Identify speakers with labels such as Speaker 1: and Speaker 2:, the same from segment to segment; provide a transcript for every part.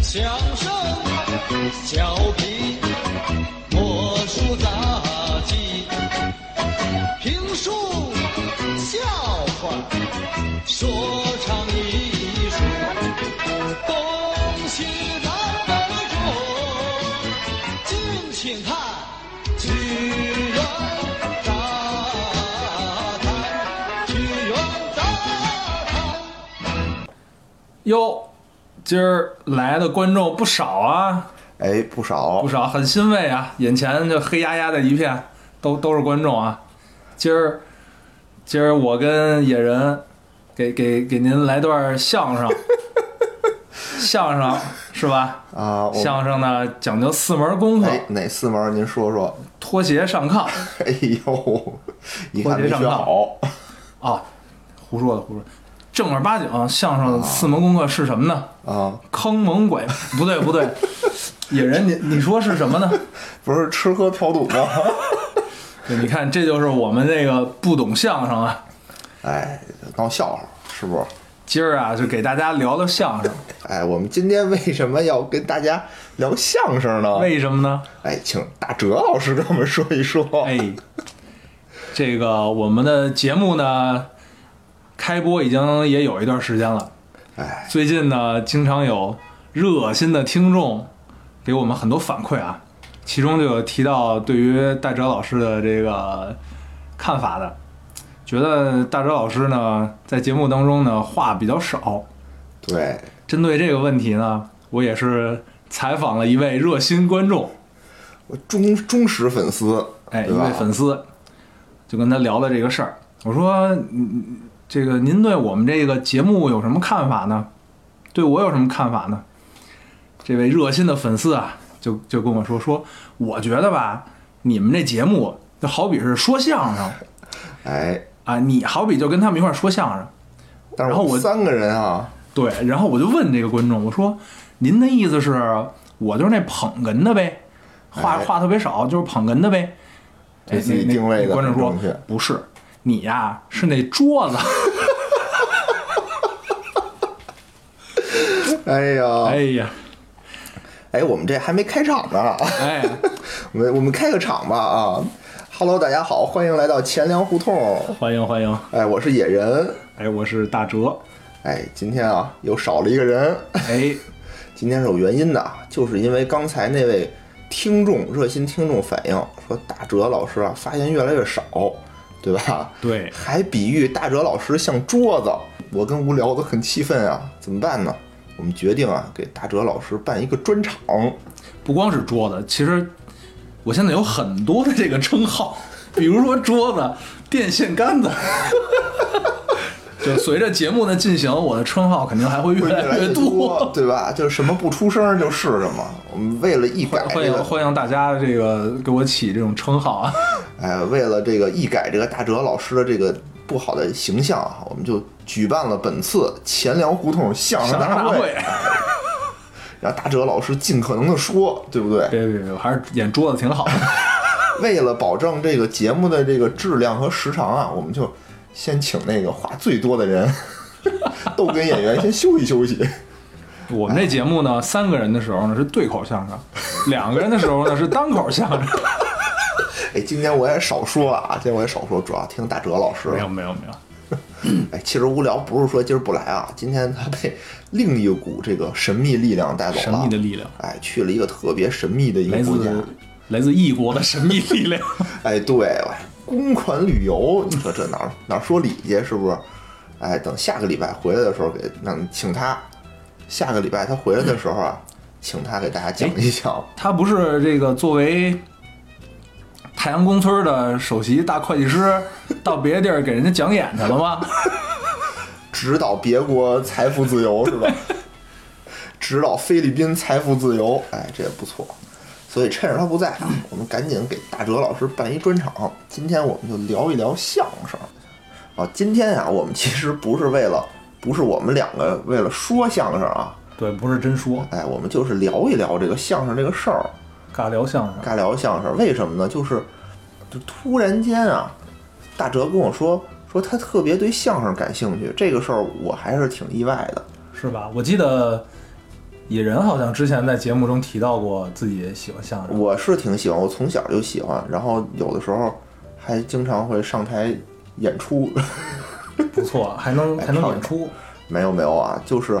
Speaker 1: 相声、小品、魔术、杂技、评书、笑话、说唱艺术，恭喜南北中，敬请看《剧院杂谈》，剧院杂谈。
Speaker 2: 哟，今儿来的观众不少啊，
Speaker 3: 哎，不少
Speaker 2: 不，少，很欣慰啊！眼前就黑压压的一片，都都是观众啊。今儿，今儿我跟野人给给给您来段相 声，相声是吧？
Speaker 3: 啊，我
Speaker 2: 相声呢讲究四门功课：
Speaker 3: 哎哪四门儿您说说？
Speaker 2: 脱鞋上炕。
Speaker 3: 哎呦，一
Speaker 2: 脱
Speaker 3: 看
Speaker 2: 鞋
Speaker 3: 没
Speaker 2: 上
Speaker 3: 学
Speaker 2: 炕
Speaker 3: 好，
Speaker 2: 啊，胡说的胡说。正儿八经相声四门功课是什么呢？
Speaker 3: 啊，
Speaker 2: 坑蒙 拐不对不对，野人你你说是什么呢？
Speaker 3: 不是吃喝嫖赌吗？
Speaker 2: 对你看，这就是我们这个不懂相声啊。
Speaker 3: 哎，闹笑话是不是？
Speaker 2: 今儿啊，就给大家聊聊相声，
Speaker 3: 哎，我们今天为什么要跟大家聊相声呢？
Speaker 2: 为什么呢？
Speaker 3: 哎，请大哲老师跟我们说一说。
Speaker 2: 哎，这个我们的节目呢，开播已经也有一段时间了。
Speaker 3: 哎，
Speaker 2: 最近呢，经常有热心的听众给我们很多反馈啊，其中就有提到对于大哲老师的这个看法的，觉得大哲老师呢在节目当中呢话比较少，
Speaker 3: 对，
Speaker 2: 针对这个问题呢，我也是采访了一位热心观众，
Speaker 3: 我忠忠实粉丝，
Speaker 2: 哎，一
Speaker 3: 对吧
Speaker 2: 位粉丝，就跟他聊了这个事儿。我说，嗯这个您对我们这个节目有什么看法呢？对我有什么看法呢？这位热心的粉丝啊，就就跟我说说，我觉得吧，你们这节目就好比是说相声
Speaker 3: 哎，
Speaker 2: 啊，你好比就跟他们一块儿说相声，
Speaker 3: 但是
Speaker 2: 然后我
Speaker 3: 们三个人啊，
Speaker 2: 对，然后我就问这个观众，我说：“您的意思是，我就是那捧哏的呗，话
Speaker 3: 哎
Speaker 2: 话特别少，就是捧哏的呗。”
Speaker 3: 对
Speaker 2: 哎，
Speaker 3: 自己
Speaker 2: 那
Speaker 3: 定位
Speaker 2: 那
Speaker 3: 的
Speaker 2: 观众
Speaker 3: 很
Speaker 2: 说
Speaker 3: 正确：“
Speaker 2: 不是，你呀、是那桌子。
Speaker 3: 哎呀，
Speaker 2: 哎
Speaker 3: 哎
Speaker 2: 呀，
Speaker 3: 我们这还没开场呢。
Speaker 2: 哎，
Speaker 3: 我们我们开个场吧啊！Hello，大家好，欢迎来到钱粮胡同。
Speaker 2: 欢迎欢迎！
Speaker 3: 哎，我是野人。
Speaker 2: 哎，我是大哲。
Speaker 3: 哎，今天啊又少了一个人，
Speaker 2: 哎，
Speaker 3: 今天是有原因的啊，就是因为刚才那位听众热心听众反映说，大哲老师啊发言越来越少，对吧？
Speaker 2: 对，
Speaker 3: 还比喻大哲老师像桌子，我跟无聊都很气愤啊，怎么办呢？我们决定啊，给大哲老师办一个专场。
Speaker 2: 不光是桌子，其实我现在有很多的这个称号， 比如说桌子、电线杆子。 就随着节目的进行，我的称号肯定还会越
Speaker 3: 会越
Speaker 2: 来
Speaker 3: 来
Speaker 2: 越
Speaker 3: 越多， 对吧？就是什么不出声就是什么。我们为了一改
Speaker 2: 欢
Speaker 3: 这
Speaker 2: 迎
Speaker 3: 个，
Speaker 2: 欢迎大家这个给我起这种称号啊！
Speaker 3: 哎，为了这个一改这个大哲老师的这个不好的形象啊，我们就举办了本次钱粮胡同相声
Speaker 2: 相声
Speaker 3: 大
Speaker 2: 大
Speaker 3: 会
Speaker 2: 会，，
Speaker 3: 让大哲老师尽可能的说，对不对？
Speaker 2: 别别别，我还是演桌子挺好的。
Speaker 3: 为了保证这个节目的这个质量和时长啊，我们就先请那个话最多的人， 逗哏演员先休息休息。
Speaker 2: 我们这节目呢，三个人的时候呢是对口相声，两个人的时候呢是单口相声。
Speaker 3: 哎，今天我也少说了啊，今天我也少说，主要听大哲老师。
Speaker 2: 没有没有没有，
Speaker 3: 哎，其实无聊不是说今儿不来啊，今天他被另一股这个神秘力量带走了。
Speaker 2: 神秘的力量
Speaker 3: 哎，去了一个特别神秘的一
Speaker 2: 来
Speaker 3: 个国家。
Speaker 2: 自来自异国的神秘力量。
Speaker 3: 哎，对，哎公款旅游，你说这哪儿哪儿说理去？是不是？哎，等下个礼拜回来的时候给让请他，下个礼拜他回来的时候啊，请他给大家讲
Speaker 2: 哎
Speaker 3: 一讲。
Speaker 2: 他不是这个作为太阳宫村的首席大会计师，到别的地儿给人家讲演去了吗？
Speaker 3: 指导别国财富自由是 吧？指导菲律宾财富自由，哎，这也不错。所以趁着他不在啊，我们赶紧给大哲老师办一专场。今天我们就聊一聊相声啊。今天啊，我们其实不是为了，不是我们两个为了说相声啊，
Speaker 2: 对，不是真说，
Speaker 3: 哎，我们就是聊一聊这个相声这个事儿，
Speaker 2: 尬聊相声。
Speaker 3: 尬聊相声。为什么呢？就是就突然间啊，大哲跟我说说他特别对相声感兴趣，这个事儿我还是挺意外的。
Speaker 2: 是吧？我记得野人好像之前在节目中提到过自己也喜欢相声，
Speaker 3: 我是挺喜欢，我从小就喜欢，然后有的时候还经常会上台演出。
Speaker 2: 不错，还能
Speaker 3: 哎
Speaker 2: 还能
Speaker 3: 漂亮
Speaker 2: 演出，
Speaker 3: 没有没有啊，就是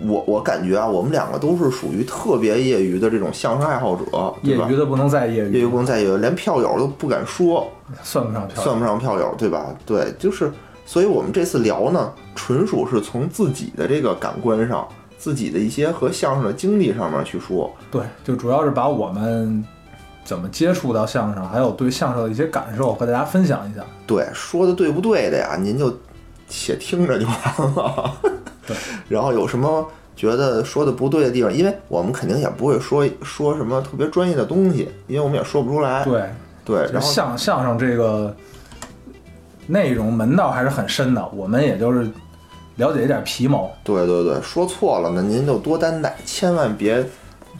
Speaker 3: 我我感觉啊，我们两个都是属于特别业余的这种相声爱好者，
Speaker 2: 业
Speaker 3: 对吧
Speaker 2: 余？的不能再业
Speaker 3: 业余
Speaker 2: 余，
Speaker 3: 不能再业余，连票友都不敢说，
Speaker 2: 算不上漂亮。
Speaker 3: 算不上票友，对吧？对，就是，所以我们这次聊呢，纯属是从自己的这个感官上，自己的一些和相声的经历上面去说。
Speaker 2: 对，就主要是把我们怎么接触到相声，还有对相声的一些感受和大家分享一下。
Speaker 3: 对，说的对不对的呀？您就且听着就完了。
Speaker 2: 对，
Speaker 3: 然后有什么觉得说的不对的地方，因为我们肯定也不会说说什么特别专业的东西，因为我们也说不出来。
Speaker 2: 对，
Speaker 3: 对，
Speaker 2: 就
Speaker 3: 然
Speaker 2: 是
Speaker 3: 后
Speaker 2: 相相声这个内容门道还是很深的，我们也就是了解一点皮毛。
Speaker 3: 对对对，说错了呢，您就多担待，千万别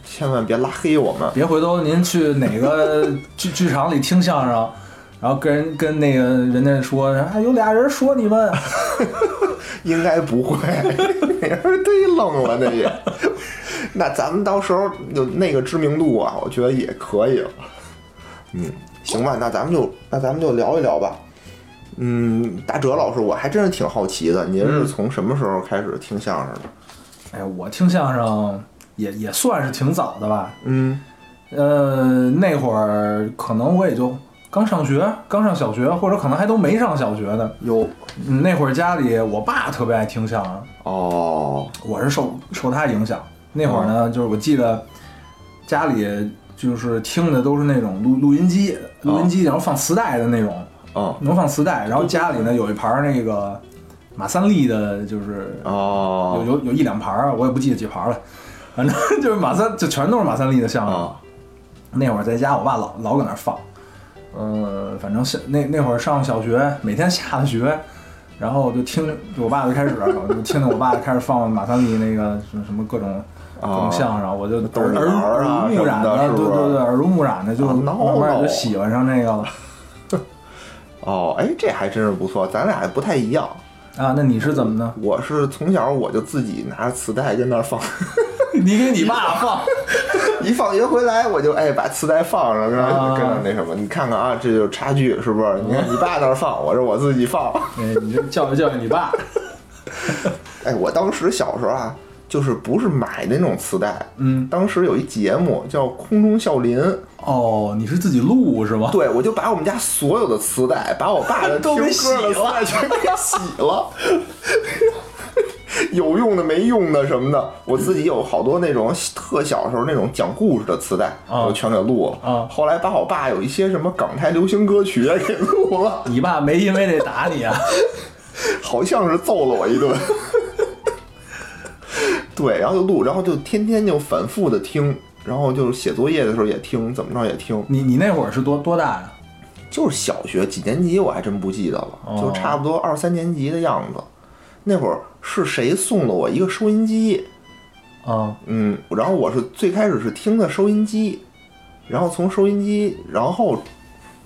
Speaker 3: 千万别拉黑我们。
Speaker 2: 别回头您去哪 个剧剧场里听相声，然后跟人跟那个人家说，哎，有俩人说你们，
Speaker 3: 应该不会， 那人忒愣了，那也。那咱们到时候就那个知名度啊，我觉得也可以。嗯，行吧，那咱们就那咱们就聊一聊吧。嗯，大哲老师，我还真是挺好奇的，您是从什么时候开始听相声的？
Speaker 2: 哎，我听相声也也算是挺早的吧，
Speaker 3: 嗯，
Speaker 2: 呃，那会儿可能我也就刚上学，刚上小学，或者可能还都没上小学呢。
Speaker 3: 有
Speaker 2: 嗯那会儿家里我爸特别爱听相声，
Speaker 3: 哦，
Speaker 2: 我是受受他影响。那会儿呢，就是我记得家里就是听的都是那种录录音机，录音机然后放磁带的那种，
Speaker 3: 嗯，
Speaker 2: 能放磁带。然后家里呢有一盘儿那个马三立的，就是有
Speaker 3: 哦，
Speaker 2: 有有一两盘儿，我也不记得几盘儿了，反正就是马三就全都是马三立的相声。
Speaker 3: 啊，
Speaker 2: 那会儿在家，我爸老老搁那儿放，呃，反正是那那会儿上小学，每天下了学，然后就听我爸就开始，我就听着我爸就开始放马三立那个什么什么各种各
Speaker 3: 啊
Speaker 2: 种相声，我就
Speaker 3: 逗你
Speaker 2: 耳
Speaker 3: 玩儿
Speaker 2: 耳
Speaker 3: 啊
Speaker 2: 濡目染
Speaker 3: 什么的是
Speaker 2: 对
Speaker 3: 不是
Speaker 2: 对对，耳濡目染的，就
Speaker 3: 啊
Speaker 2: 慢
Speaker 3: 闹闹
Speaker 2: 慢就喜欢上那个了
Speaker 3: 哦，哎，这还真是不错，咱俩还不太一样。
Speaker 2: 啊。那你是怎么呢？
Speaker 3: 我是从小我就自己拿着磁带跟那儿放。
Speaker 2: 你给你爸放，
Speaker 3: 一放学回来，我就哎把磁带放上，跟那
Speaker 2: 啊
Speaker 3: 跟那那什么，你看看啊，这就是差距，是不是？你看你爸那儿放，我这我自己放。
Speaker 2: 哎，你就教育教育你爸。
Speaker 3: 哎，我当时小时候啊，就是不是买那种磁带，
Speaker 2: 嗯，
Speaker 3: 当时有一节目叫《空中笑林》，
Speaker 2: 哦，你是自己录是吗？
Speaker 3: 对我就把我们家所有的磁带，把我爸的 听
Speaker 1: 啊
Speaker 2: 都
Speaker 3: 歌
Speaker 2: 给
Speaker 3: 的
Speaker 2: 洗了
Speaker 3: 磁带全给洗了。 有用的、没用的什么的，我自己有好多那种特小时候那种讲故事的磁带，
Speaker 2: 啊
Speaker 3: 我全给录了。
Speaker 2: 啊
Speaker 3: 后来把我爸有一些什么港台流行歌曲也给录了，
Speaker 2: 你爸没因为这打你啊？
Speaker 3: 好像是揍了我一顿。 对，然后就录，然后就天天就反复的听，然后就是写作业的时候也听，怎么着也听。
Speaker 2: 你你那会儿是多多大呀、
Speaker 3: 就是小学几年级我还真不记得了，
Speaker 2: 哦
Speaker 3: 就差不多二三年级的样子。那会儿是谁送了我一个收音机？
Speaker 2: 啊？
Speaker 3: 嗯，然后我是最开始是听的收音机，然后从收音机，然后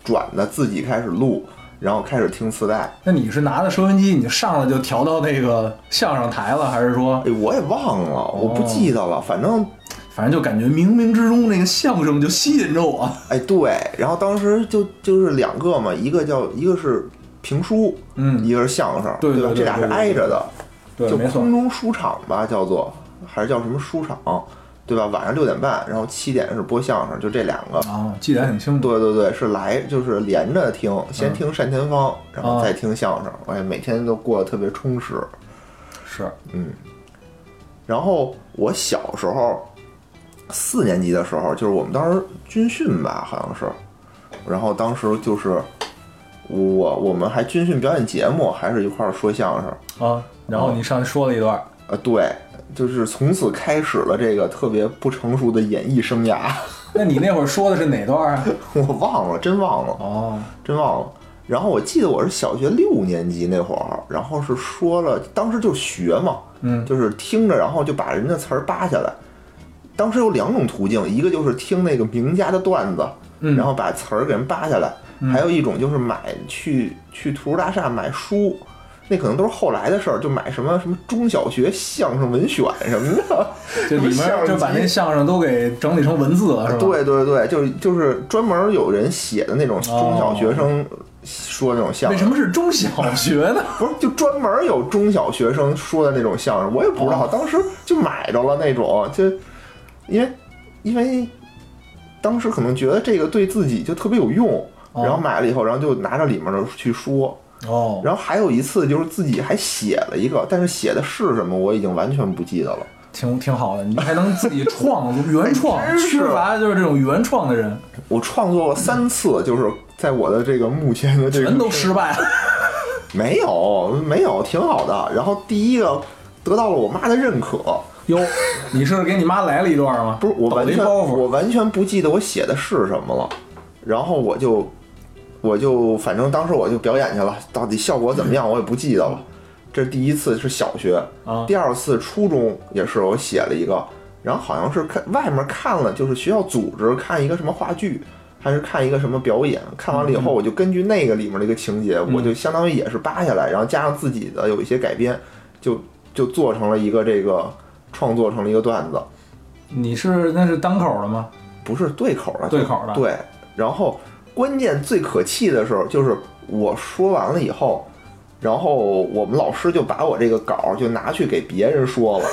Speaker 3: 转的自己开始录，然后开始听磁带。
Speaker 2: 那你是拿着收音机，你就上来就调到那个相声台了，还是说，哦
Speaker 3: 哎，我也忘了，我不记得了。反正啊
Speaker 2: 反正就感觉冥冥之中那个相声就吸引着我？
Speaker 3: 哎对，然后当时就就是两个嘛，一个叫一个是评书，
Speaker 2: 嗯，
Speaker 3: 一个是相声，
Speaker 2: 对
Speaker 3: 吧？
Speaker 2: 对对
Speaker 3: 这俩是
Speaker 2: 对对
Speaker 3: 挨着的。
Speaker 2: 对，
Speaker 3: 就
Speaker 2: 没错
Speaker 3: 空，中书场吧，叫做还是叫什么书场，对吧？晚上六点半，然后七点是播相声，就这两个。
Speaker 2: 啊，记得还挺清楚。嗯
Speaker 3: 对对对，是来就是连着听，先听单田芳，然后
Speaker 2: 啊
Speaker 3: 再听相声。哎，每天都过得特别充实。嗯
Speaker 2: 是，
Speaker 3: 然后我小时候四年级的时候，就是我们当时军训吧，好像是，然后当时就是我我们还军训表演节目，还是一块儿说相声。
Speaker 2: 啊，然后你上去说了一段，
Speaker 3: 呃，对，就是从此开始了这个特别不成熟的演艺生涯。
Speaker 2: 那你那会儿说的是哪段啊？
Speaker 3: 我忘了，真忘了，
Speaker 2: 哦，
Speaker 3: 真忘了。然后我记得我是小学六年级那会儿，然后是说了，当时就学嘛，
Speaker 2: 嗯
Speaker 3: 就是听着，然后就把人家词儿扒下来。当时有两种途径，一个就是听那个名家的段子，
Speaker 2: 嗯
Speaker 3: 然后把词儿给人扒下来；还有一种就是买去去图书大厦买书，那可能都是后来的事儿，就买什么什么中小学相声文选什么的，
Speaker 2: 就里面就把那
Speaker 3: 那
Speaker 2: 相声都给整理成文字了，是吧？，
Speaker 3: 对对对，就是就是专门有人写的那种中小学生说的那种相
Speaker 2: 哦为
Speaker 3: 声。
Speaker 2: 什么是中小学呢？
Speaker 3: 不是，就专门有中小学生说的那种相声，我也不知
Speaker 2: 哦
Speaker 3: 道，当时就买着了那种，就因为因为当时可能觉得这个对自己就特别有用，
Speaker 2: 哦
Speaker 3: 然后买了以后，然后就拿着里面的去说。
Speaker 2: 哦，
Speaker 3: 然后还有一次就是自己还写了一个，但是写的是什么我已经完全不记得了。
Speaker 2: 挺挺好的，你还能自己 创原创，
Speaker 3: 真是
Speaker 2: 缺乏的就是这种原创的人，
Speaker 3: 我创作了三次，就是在我的这个目前的这个
Speaker 2: 全都失败了。
Speaker 3: 没有没有挺好的。然后第一个得到了我妈的认可，
Speaker 2: 哟，你是给你妈来了一段吗？
Speaker 3: 不是我
Speaker 2: 抖
Speaker 3: 完
Speaker 2: 了一
Speaker 3: 全
Speaker 2: 包
Speaker 3: 我
Speaker 2: 袱，
Speaker 3: 完全不记得我写的是什么了，然后我就我就反正当时我就表演去了，到底效果怎么样我也不记得了。这第一次是小学，
Speaker 2: 啊
Speaker 3: 第二次初中也是我写了一个，然后好像是看外面看了，就是学校组织看一个什么话剧，还是看一个什么表演，看完了以后我就根据那个里面的一个情节，我就相当于也是扒下来，然后加上自己的有一些改编，就就做成了一个这个创作成了一个段子。
Speaker 2: 你是那是单口的吗？
Speaker 3: 不是对口的，
Speaker 2: 对口的
Speaker 3: 对，然后关键最可气的时候就是我说完了以后，然后我们老师就把我这个稿儿就拿去给别人说了，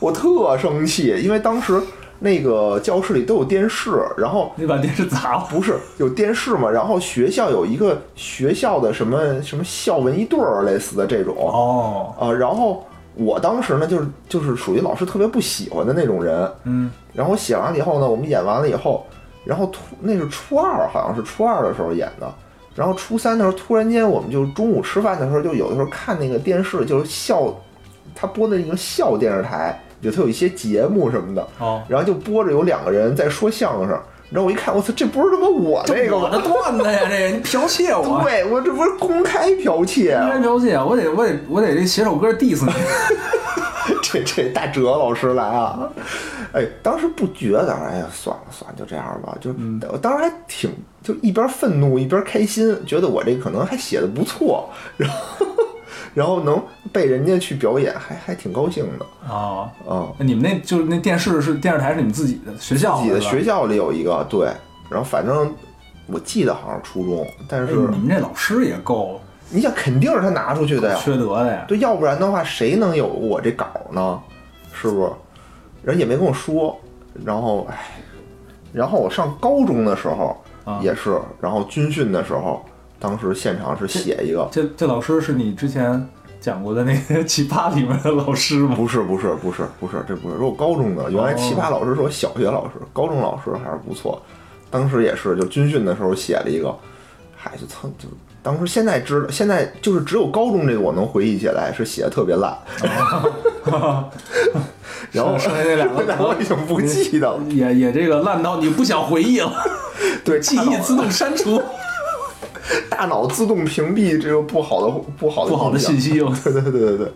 Speaker 3: 我特生气，因为当时那个教室里都有电视，然后
Speaker 2: 你把电视砸了。
Speaker 3: 不是有电视嘛，然后学校有一个学校的什么什么校文艺队儿类似的这种，
Speaker 2: 哦，
Speaker 3: 啊，然后我当时呢，就是就是属于老师特别不喜欢的那种人，
Speaker 2: 嗯，
Speaker 3: 然后写完了以后呢，我们演完了以后，然后突那是初二，好像是初二的时候演的，然后初三的时候突然间我们就中午吃饭的时候，就有的时候看那个电视，就是校，他播的那个校电视台里头有一些节目什么的，
Speaker 2: 哦，
Speaker 3: 然后就播着有两个人在说相声，然后我一看，我操，这不是他妈我
Speaker 2: 这
Speaker 3: 那个
Speaker 2: 我
Speaker 3: 吗？
Speaker 2: 的段子呀，这个你剽窃我，
Speaker 3: 对，我这不是公开剽窃啊
Speaker 2: 公，开剽窃，我得我得我得这写首歌 diss 你。
Speaker 3: 这这大哲老师来啊！哎，当时不觉得，哎呀，算了算了，就这样吧。就、
Speaker 2: 嗯
Speaker 3: 我当时还挺，就一边愤怒一边开心，觉得我这可能还写的不错， 然后然后能被人家去表演，还还挺高兴的。
Speaker 2: 哦，
Speaker 3: 嗯，
Speaker 2: 你们那就是那电视是电视台是你们自己的学校
Speaker 3: 自己的
Speaker 2: 是吧
Speaker 3: 学校里有一个，对，然后反正我记得好像是初中，但是
Speaker 2: 哎你们这老师也够
Speaker 3: 你想肯定是他拿出去的呀，
Speaker 2: 缺德的呀。
Speaker 3: 对，要不然的话，谁能有我这稿呢？是不是？人也没跟我说，然后唉，然后我上高中的时候
Speaker 2: 啊
Speaker 3: 也是，然后军训的时候，当时现场是写一个，
Speaker 2: 这这老师是你之前讲过的那个 奇葩里面的老师吗？哦
Speaker 3: 不是不是不是不是，这不是，是我高中的，原来奇葩老师是我小学老师，高中老师还是不错，当时也是就军训的时候写了一个，嗨，就蹭就。当时现在知道，现在就是只有高中这个我能回忆起来是写的特别烂， 然后
Speaker 2: 剩下那 两
Speaker 3: 然后我
Speaker 2: 个嗯
Speaker 3: 已经不记得了。
Speaker 2: 也也这个烂到你不想回忆了，
Speaker 3: 对，
Speaker 2: 记忆自动删除
Speaker 3: 大脑大脑自动屏蔽这个不好的不好的
Speaker 2: 不好的
Speaker 3: 印象
Speaker 2: 信。息了。
Speaker 3: 对对对对对，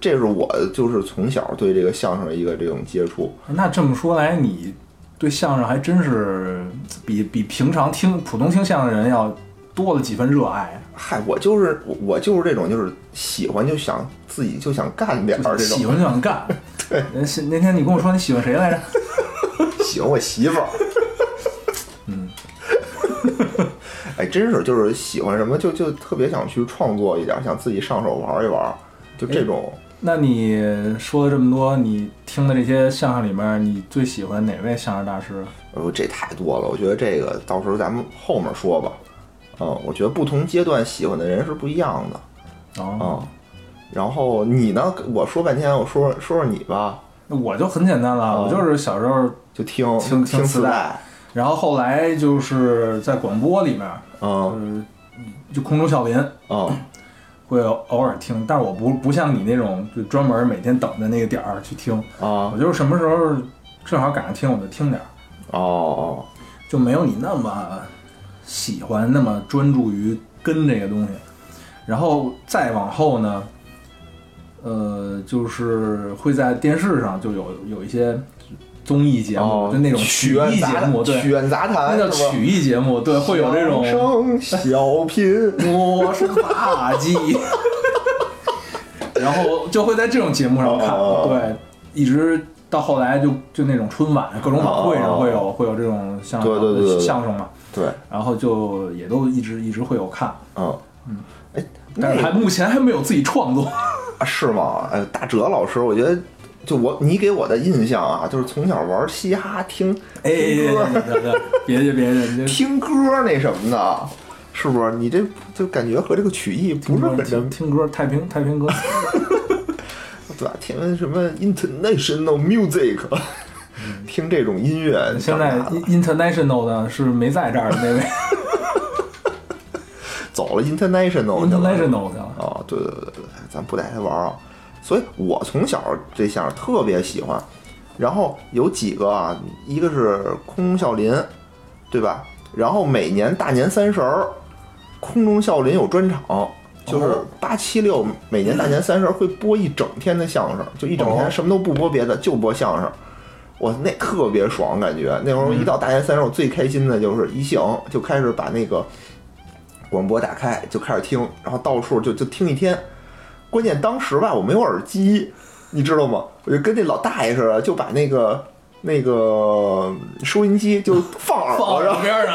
Speaker 3: 这是我就是从小对这个相声的一个这种接触。
Speaker 2: 那这么说来，你对相声还真是比比平常听普通听相声的人要多了几分热爱，啊
Speaker 3: 嗨，我就是我我就是这种，就是喜欢就想自己就想干点儿这种
Speaker 2: 喜，欢就想 干。嗯对，那天你跟我说你喜欢谁来着？
Speaker 3: 喜欢我媳妇儿。嗯， 哎，真是就是喜欢什么就就特别想去创作一点儿，想自己上手玩一玩，就
Speaker 2: 哎
Speaker 3: 这种。
Speaker 2: 那你说了这么多，你听的这些相声里面，你最喜欢哪位相声大师？啊
Speaker 3: 呃，这太多了，我觉得这个到时候咱们后面说吧。嗯，我觉得不同阶段喜欢的人是不一样的
Speaker 2: 哦，
Speaker 3: 啊、然后你呢？我说半天，我说说说你吧，
Speaker 2: 那我就很简单了，
Speaker 3: 哦
Speaker 2: 我就是小时候，
Speaker 3: 就听
Speaker 2: 听听
Speaker 3: 听
Speaker 2: 磁带
Speaker 3: 带，
Speaker 2: 然后后来就是在广播里面，
Speaker 3: 嗯
Speaker 2: 嗯，就空中笑林
Speaker 3: 嗯
Speaker 2: 会偶尔听，但是我不不像你那种就专门每天等着那个点儿去听，
Speaker 3: 啊
Speaker 2: 我就是什么时候正好赶上听我就听点儿，
Speaker 3: 哦哦，
Speaker 2: 就没有你那么喜欢那么专注于跟这个东西。然后再往后呢，呃，就是会在电视上就有有一些综艺节目，
Speaker 3: 哦
Speaker 2: 就那种艺
Speaker 3: 曲苑
Speaker 2: 节
Speaker 3: 杂
Speaker 2: 目，对，
Speaker 3: 曲苑杂
Speaker 2: 那
Speaker 3: 谈，
Speaker 2: 叫
Speaker 3: 是吧
Speaker 2: 曲艺节目，对，会有这种
Speaker 3: 相声小品，
Speaker 2: 我是垃 圾，然后就会在这种节目上看，
Speaker 3: 哦
Speaker 2: 对，一直到后来就就那种春晚各种晚会上会有、会有这种相
Speaker 3: 哦对对对对对
Speaker 2: 相声嘛，
Speaker 3: 对，
Speaker 2: 然后就也都一直一直会有看，
Speaker 3: 嗯哎，那
Speaker 2: 但是还目前还没有自己创作。
Speaker 3: 啊是吗？哎，大哲老师，我觉得就我你给我的印象啊，就是从小玩嘻哈听
Speaker 2: 哎，
Speaker 3: 听歌
Speaker 2: 别别别别，你这
Speaker 3: 听歌那什么的，是不是？你这就感觉和这个曲艺不是很
Speaker 2: 听
Speaker 3: 真，
Speaker 2: 听歌太平太平歌词，
Speaker 3: 对吧？听什么 international music，听这种音乐，
Speaker 2: 现在
Speaker 3: 长大了
Speaker 2: international 的是没在这儿的那位
Speaker 3: 走了 international 去了
Speaker 2: international 的，
Speaker 3: 哦，对对对对，对，咱不带他玩儿啊。所以我从小对相声特别喜欢，然后有几个啊，一个是空中笑林，对吧？然后每年大年三十儿，空中笑林有专场，就是
Speaker 2: 哦
Speaker 3: 八七六每年大年三十儿会播一整天的相声，就一整
Speaker 2: 哦
Speaker 3: 天什么都不播别的，就播相声。我那特别爽，感觉那会儿一到大年三十，我最开心的就是一醒就开始把那个广播打开，就开始听，然后到处就就听一天。关键当时吧，我没有耳机，你知道吗？我就跟那老大爷似的，就把那个那个收音机就放耳
Speaker 2: 放
Speaker 3: 朵上
Speaker 2: 耳，边上，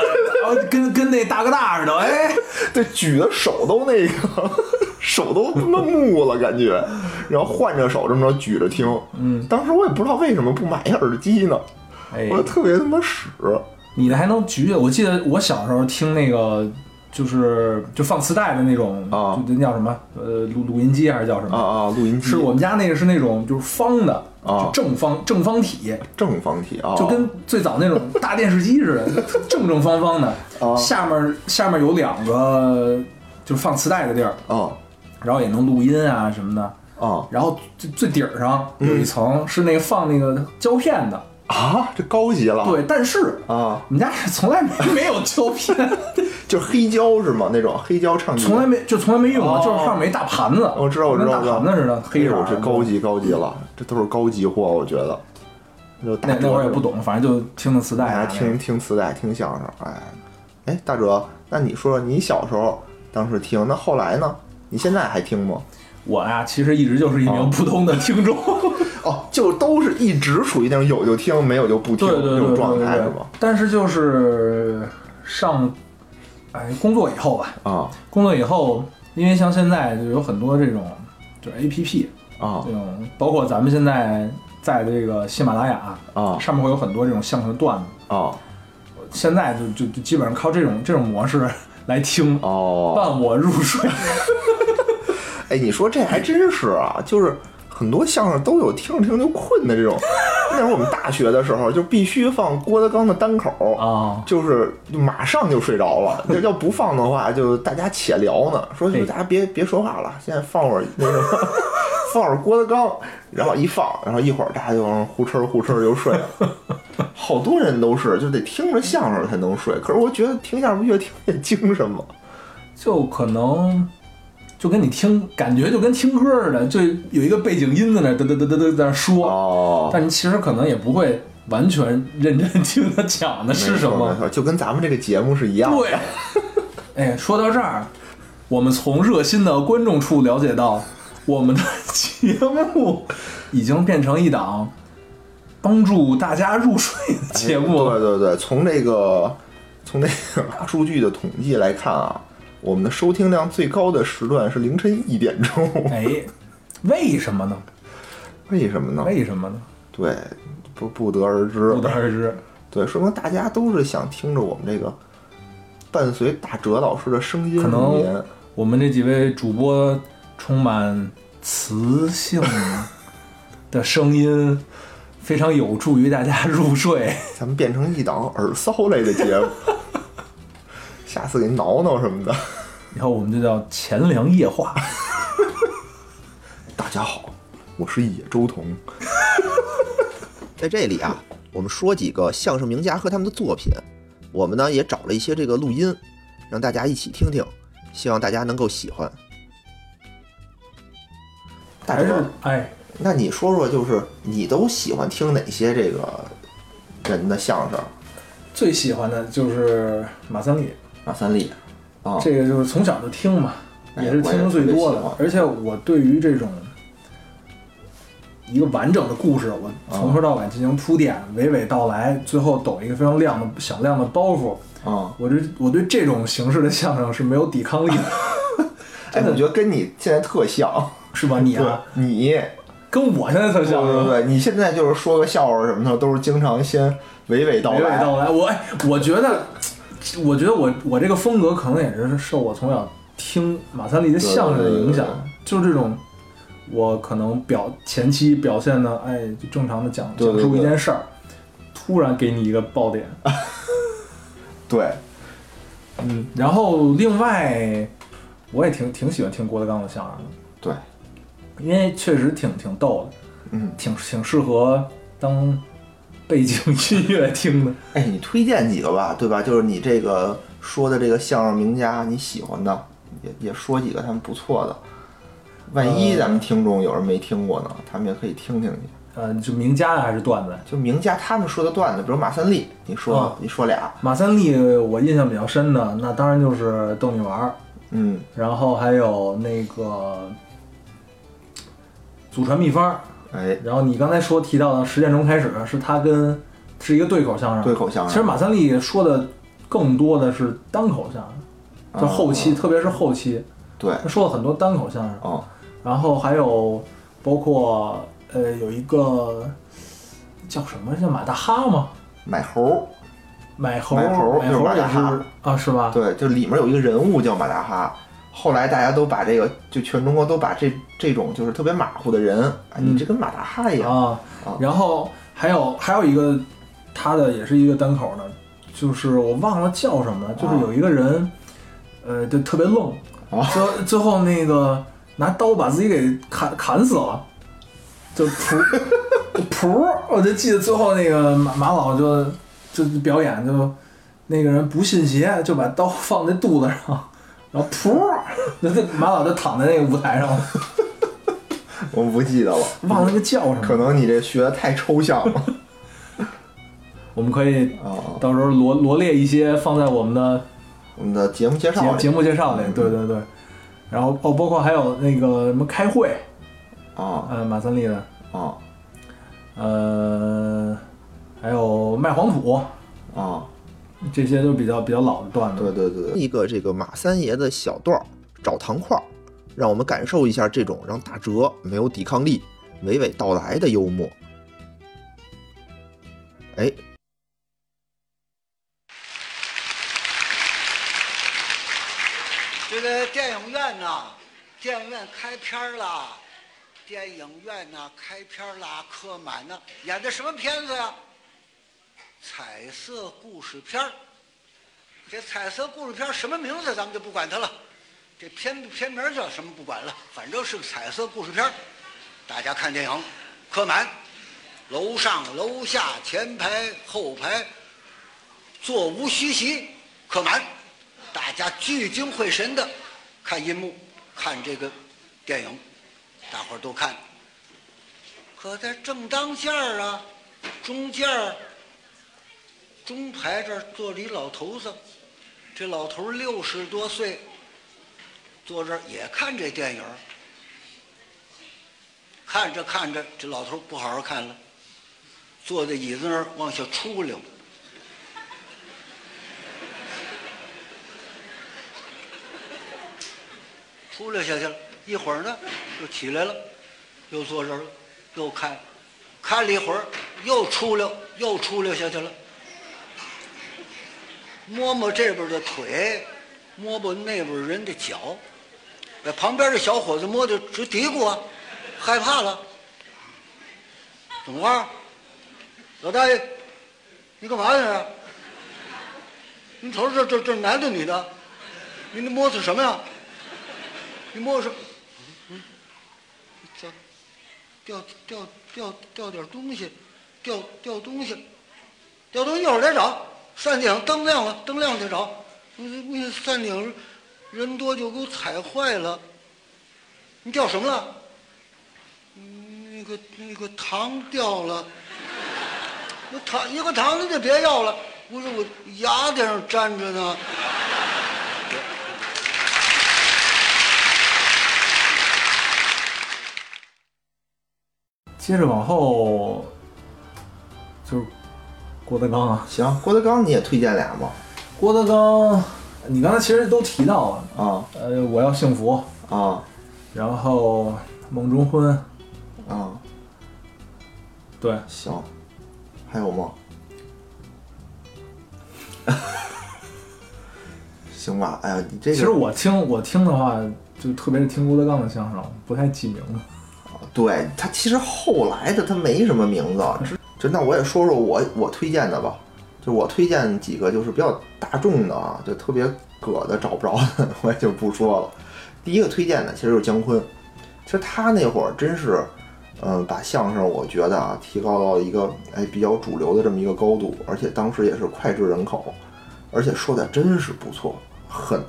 Speaker 2: 然后跟跟那大哥大似的，哎。
Speaker 3: 对，举的手都那个，手都他妈木了，感觉，然后换着手这么着举着听。
Speaker 2: 嗯，
Speaker 3: 当时我也不知道为什么不买一耳机呢，
Speaker 2: 哎
Speaker 3: 我，就特别他妈屎。
Speaker 2: 你的还能举起？我记得我小时候听那个，就是就放磁带的那种，
Speaker 3: 啊
Speaker 2: 就那叫什么？呃，录录音机还是叫什
Speaker 3: 啊
Speaker 2: 么？
Speaker 3: 啊！录音机
Speaker 2: 是我们家那个是那种就是方的，
Speaker 3: 啊
Speaker 2: 就正方正方体，
Speaker 3: 正方体啊，
Speaker 2: 就跟最早那种大电视机似的， 正正方方的，
Speaker 3: 啊
Speaker 2: 下面下面有两个就是放磁带的地儿，
Speaker 3: 啊
Speaker 2: 然后也能录音啊什么的。
Speaker 3: 啊
Speaker 2: 然后最最顶儿上
Speaker 3: 嗯
Speaker 2: 有一层是那个放那个胶片的，
Speaker 3: 啊，这高级了。
Speaker 2: 对，但是
Speaker 3: 啊，
Speaker 2: 我们家是从来没没有胶片，
Speaker 3: 就是黑胶是吗？那种黑胶唱机，
Speaker 2: 从来没就从来没用过，
Speaker 3: 哦
Speaker 2: 就是上面一大盘子，
Speaker 3: 我知道，我知道，
Speaker 2: 跟大盘子似的，黑色
Speaker 3: 手
Speaker 2: 儿
Speaker 3: 这高。级高级了，这都是高级货，我觉得。那
Speaker 2: 那那会儿也不
Speaker 3: 懂，
Speaker 2: 懂，反正就听的磁带
Speaker 3: 大家
Speaker 2: 啊，
Speaker 3: 听听磁带，听相声，哎，哎，大哲，那你说说你小时候当时听，那后来呢？你现在还听吗？
Speaker 2: 我呀，其实一直就是一名普通的听众，
Speaker 3: 哦，就都是一直处于那种有就听，没有就不听
Speaker 2: 对对
Speaker 3: 那
Speaker 2: 对
Speaker 3: 种
Speaker 2: 对
Speaker 3: 状
Speaker 2: 对
Speaker 3: 态，是
Speaker 2: 对
Speaker 3: 吗？。
Speaker 2: 但是就是上，哎，工作以后吧，
Speaker 3: 啊
Speaker 2: 工作以后，因为像现在就有很多这种就是 A P P
Speaker 3: 啊
Speaker 2: 这种，嗯包括咱们现在在的这个喜马拉雅
Speaker 3: 啊
Speaker 2: 上面会有很多这种相声段子。
Speaker 3: 啊
Speaker 2: 现在就就就基本上靠这种这种模式来听，
Speaker 3: 哦！
Speaker 2: 伴我入睡。
Speaker 3: 哎，你说这还真是啊，就是很多相声都有听着听着就困的这种。那会儿我们大学的时候就必须放郭德纲的单口
Speaker 2: 啊，
Speaker 3: 就是马上就睡着了。要要不放的话，就大家且聊呢，说
Speaker 2: 哎
Speaker 3: 大家别别说话了，现在放会儿那个 放会儿郭德纲，然后一放，然后一会儿大家就呼哧呼哧就睡了。好多人都是就得听着相声才能睡，可是我觉得听相声越听越精神嘛。
Speaker 2: 就可能就跟你听感觉就跟听歌似的，就有一个背景音在那嘚嘚嘚嘚嘚在那说，
Speaker 3: 哦。
Speaker 2: 但你其实可能也不会完全认真听他讲的是什
Speaker 3: 没
Speaker 2: 么。
Speaker 3: 错，就跟咱们这个节目是一样的。
Speaker 2: 对， 哎，说到这儿，我们从热心的观众处了解到，我们的节目已经变成一档帮助大家入睡的 节目了。
Speaker 3: 哎对对对，从这个从这个 大数据的统计来看啊，我们的收听量最高的时段是凌晨一点钟，
Speaker 2: 哎，为什么呢？
Speaker 3: 为什么呢？
Speaker 2: 为什么呢？
Speaker 3: 对，不不得而知
Speaker 2: 不。得而知。
Speaker 3: 对，说明大家都是想听着我们这个伴随大哲老师的声音
Speaker 2: 可能
Speaker 3: 入眠。
Speaker 2: 我们这几位主播充满磁性的声音，非常有助于大家入
Speaker 3: 哦
Speaker 2: 睡。
Speaker 3: 咱们变成一档耳骚类的节 目，下次给你挠挠什么的。
Speaker 2: 以后我们就叫钱粮夜话。
Speaker 3: 大家好，我是野周彤。在这里啊，我们说几个相声名家和他们的作品，我们呢也找了一些这个录音，让大家一起听听，希望大家能够喜欢。大
Speaker 2: 还是
Speaker 3: 哲，
Speaker 2: 哎，
Speaker 3: 那你说说，就是你都喜欢听哪些这个人的相声，
Speaker 2: 最喜欢的就是马三立，
Speaker 3: 马三立啊，
Speaker 2: 这个就是从小就听嘛，
Speaker 3: 哎
Speaker 2: 也是听的最多的。
Speaker 3: 我
Speaker 2: 而且我对于这种一个完整的故事，我从头到尾进行铺垫，娓娓道来，最后抖一个非常亮的响亮的包袱。
Speaker 3: 啊，
Speaker 2: 我这我对这种形式的相声是没有抵抗力 的，
Speaker 3: 哎，我觉得跟你现在特像，
Speaker 2: 是吧？你啊，
Speaker 3: 你
Speaker 2: 跟我现在特
Speaker 3: 对
Speaker 2: 像，
Speaker 3: 对
Speaker 2: 是吧
Speaker 3: 对，你现在就是说个笑话什么的，都是经常先娓娓道
Speaker 2: 娓娓
Speaker 3: 来。
Speaker 2: 道来。我哎我觉得，我觉得我我这个风格可能也是受我从小听马三立的相声的影响
Speaker 3: 对对对，
Speaker 2: 就是这种。我可能表前期表现的，哎，就正常的讲
Speaker 3: 对
Speaker 2: 讲
Speaker 3: 对
Speaker 2: 述一
Speaker 3: 对
Speaker 2: 件事儿，突然给你一个爆点，
Speaker 3: 对，
Speaker 2: 嗯，然后另外我也挺挺喜欢听郭德纲的相声
Speaker 3: 对，
Speaker 2: 的，因为确实挺挺逗的，
Speaker 3: 嗯，
Speaker 2: 挺挺适合当背景音乐听的。
Speaker 3: 哎，你推荐几个吧，对吧？就是你这个说的这个相声名家，你喜欢的，也也说几个他们不错的。万一咱们听众有人没听过呢，他们也可以听听去。
Speaker 2: 呃，就名家还是段子？
Speaker 3: 就名家他们说的段子，比如马三立，你说、
Speaker 2: 啊
Speaker 3: 你说俩，
Speaker 2: 马三立我印象比较深的，那当然就是逗你玩儿，
Speaker 3: 嗯，
Speaker 2: 然后还有那个祖传秘方儿，
Speaker 3: 哎，
Speaker 2: 然后你刚才说提到的实践中开始是他跟是一个对口相声，
Speaker 3: 对口相声
Speaker 2: 其实马三立说的更多的是单口相声，就后期，
Speaker 3: 啊
Speaker 2: 特别是后期，
Speaker 3: 对，
Speaker 2: 他说了很多单口相声，
Speaker 3: 哦，
Speaker 2: 然后还有包括呃有一个叫什么叫马大哈吗？
Speaker 3: 买猴
Speaker 2: 买猴，
Speaker 3: 买猴
Speaker 2: 买
Speaker 3: 就是
Speaker 2: 猴
Speaker 3: 马
Speaker 2: 也
Speaker 3: 大哈
Speaker 2: 是啊，是吧
Speaker 3: 儿，？对，就里面有一个人物叫马大哈，后来大家都把这个，就全中国都把这这种就是特别马虎的人，啊，
Speaker 2: 嗯
Speaker 3: 你这跟马大哈一样，
Speaker 2: 啊
Speaker 3: 啊，
Speaker 2: 然后还有还有一个他的也是一个单口的，就是我忘了叫什么了，就是
Speaker 3: 啊
Speaker 2: 有一个人，呃，就特别愣，
Speaker 3: 啊
Speaker 2: 最最后那个拿刀把自己给砍砍死了，就 噗噗，我就记得最后那个马马老就就表演就那个人不信邪，就把刀放在肚子上。然后噗，那那 马老就躺在那个舞台上了，
Speaker 3: 我不记得了，
Speaker 2: 忘了那个叫什么
Speaker 3: 可
Speaker 2: 了。
Speaker 3: 能你这学的太抽象了。
Speaker 2: 我们可以
Speaker 3: 啊，
Speaker 2: 到时候罗罗列一些放在我们的
Speaker 3: 我们的节目介绍
Speaker 2: 节
Speaker 3: 里嗯
Speaker 2: 节目介绍里，对对对。然后哦，包括还有那个什么开会，
Speaker 3: 啊
Speaker 2: 呃，马三立的，
Speaker 3: 啊
Speaker 2: 呃，还有卖黄土，
Speaker 3: 啊！
Speaker 2: 这些都比较比较老的段子。
Speaker 3: 对对对，一个这个马三爷的小段儿找糖块儿，让我们感受一下这种让打折没有抵抗力、娓娓道来的幽默。哎，
Speaker 4: 这个电影院呐，电影院开片儿啦，电影院呐开片儿啦，客满呐，演的什么片子呀、彩色故事片儿。这彩色故事片儿什么名字咱们就不管它了，这片片名儿叫什么不管了，反正是个彩色故事片儿。大家看电影，客满，楼上楼下前排后排，座无虚席，客满，大家聚精会神的看银幕，看这个电影，大伙儿都看。可在正当间儿啊，中间儿，中排这儿坐着一老头子，这老头儿六十多岁，坐这儿也看这电影儿。看着看着，这老头儿不好好看了，坐在椅子那儿往下出溜。出溜下去了，一会儿呢又起来了，又坐这儿了，又看，看了一会儿又出溜，又出溜下去了，摸摸这边的腿，摸摸那边人的脚，把旁边的小伙子摸得直嘀咕啊，害怕了，怎么了？老大爷，你干嘛去啊？你瞅瞅这这这男的女的，你那摸的什么呀？你摸上，嗯，掉掉掉掉点东西，掉掉东西，掉东西一会儿再找。山顶上灯亮了，灯亮了再找。我我山顶人多就给我踩坏了。你掉什么了？嗯那个那个糖掉了。我糖一个糖你就别要了。我说我牙顶上粘着呢。
Speaker 2: 接着往后就是郭德纲啊，
Speaker 3: 行，郭德纲你也推荐俩吗？
Speaker 2: 郭德纲，你刚才其实都提到了，
Speaker 3: 啊
Speaker 2: 呃，我要幸福，
Speaker 3: 啊
Speaker 2: 然后梦中婚，
Speaker 3: 啊，
Speaker 2: 对，
Speaker 3: 行，还有吗？行吧，哎呀，你这个
Speaker 2: 其实我听我听的话，就特别是听郭德纲的相声，不太记名字。
Speaker 3: 对他其实后来的他没什么名字，只就那我也说说我我推荐的吧，就我推荐几个就是比较大众的啊，就特别葛的找不着的，我也就不说了。第一个推荐的其实就是姜昆，其实他那会儿真是，嗯，把相声我觉得啊提高到一个哎比较主流的这么一个高度，而且当时也是脍炙人口，而且说的真是不错，很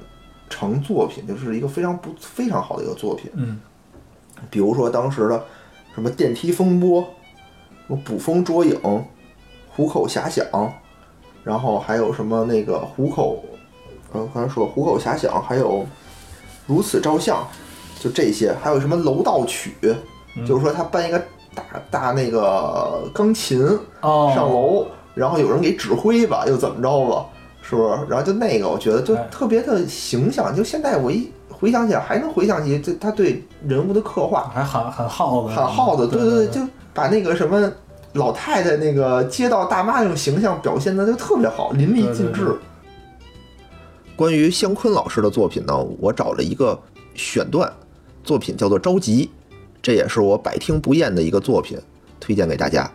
Speaker 3: 成作品，就是一个非常不非常好的一个作品。
Speaker 2: 嗯，
Speaker 3: 比如说当时的什么电梯风波、什么捕风捉影、虎口遐想，然后还有什么那个虎口，呃，刚才说虎口遐想，还有如此照相，就这些，还有什么楼道曲，
Speaker 2: 嗯
Speaker 3: 就是说他搬一个大大那个钢琴，
Speaker 2: 哦
Speaker 3: 上楼，然后有人给指挥吧，又怎么着吧，是不是？然后就那个，我觉得就
Speaker 2: 哎
Speaker 3: 特别的形象。就现在我一回想起来，还能回想起这他对人物的刻画，
Speaker 2: 还喊喊耗子，
Speaker 3: 喊耗子，对
Speaker 2: 对
Speaker 3: 对，就把那个什么老太太那个街道大妈那种形象表现的就特别好，淋漓
Speaker 2: 对对
Speaker 3: 尽致。关于姜昆老师的作品呢，我找了一个选段，作品叫做《着急》，这也是我百听不厌的一个作品，推荐给大家。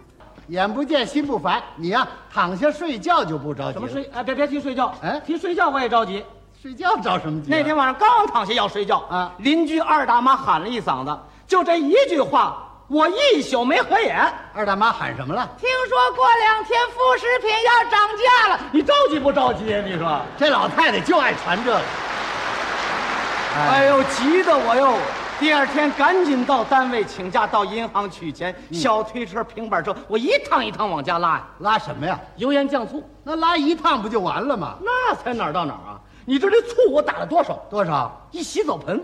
Speaker 5: 眼不见心不烦，你呀、躺下睡觉就不着急
Speaker 6: 怎
Speaker 5: 了。
Speaker 6: 么睡？哎，别别提睡觉，
Speaker 5: 哎
Speaker 6: 提睡觉我也着急。
Speaker 5: 睡觉着什么急啊、
Speaker 6: 那天晚上刚躺下要睡觉
Speaker 5: 啊
Speaker 6: 邻居二大妈喊了一嗓子，就这一句话，我一宿没合眼。
Speaker 5: 二大妈喊什么了？
Speaker 6: 听说过两天副食品要涨价了，你着急不着急？你说？
Speaker 5: 这老太太就爱传这个。
Speaker 6: 哎呦，急得我哟！第二天赶紧到单位请假，到银行取钱。
Speaker 5: 嗯
Speaker 6: 小推车、平板车，我一趟一趟往家拉呀，
Speaker 5: 拉什么呀？
Speaker 6: 油盐酱醋，
Speaker 5: 那拉一趟不就完了吗？
Speaker 6: 那才哪儿到哪儿啊？你知道这醋我打了多少？
Speaker 5: 多少？
Speaker 6: 一洗澡盆，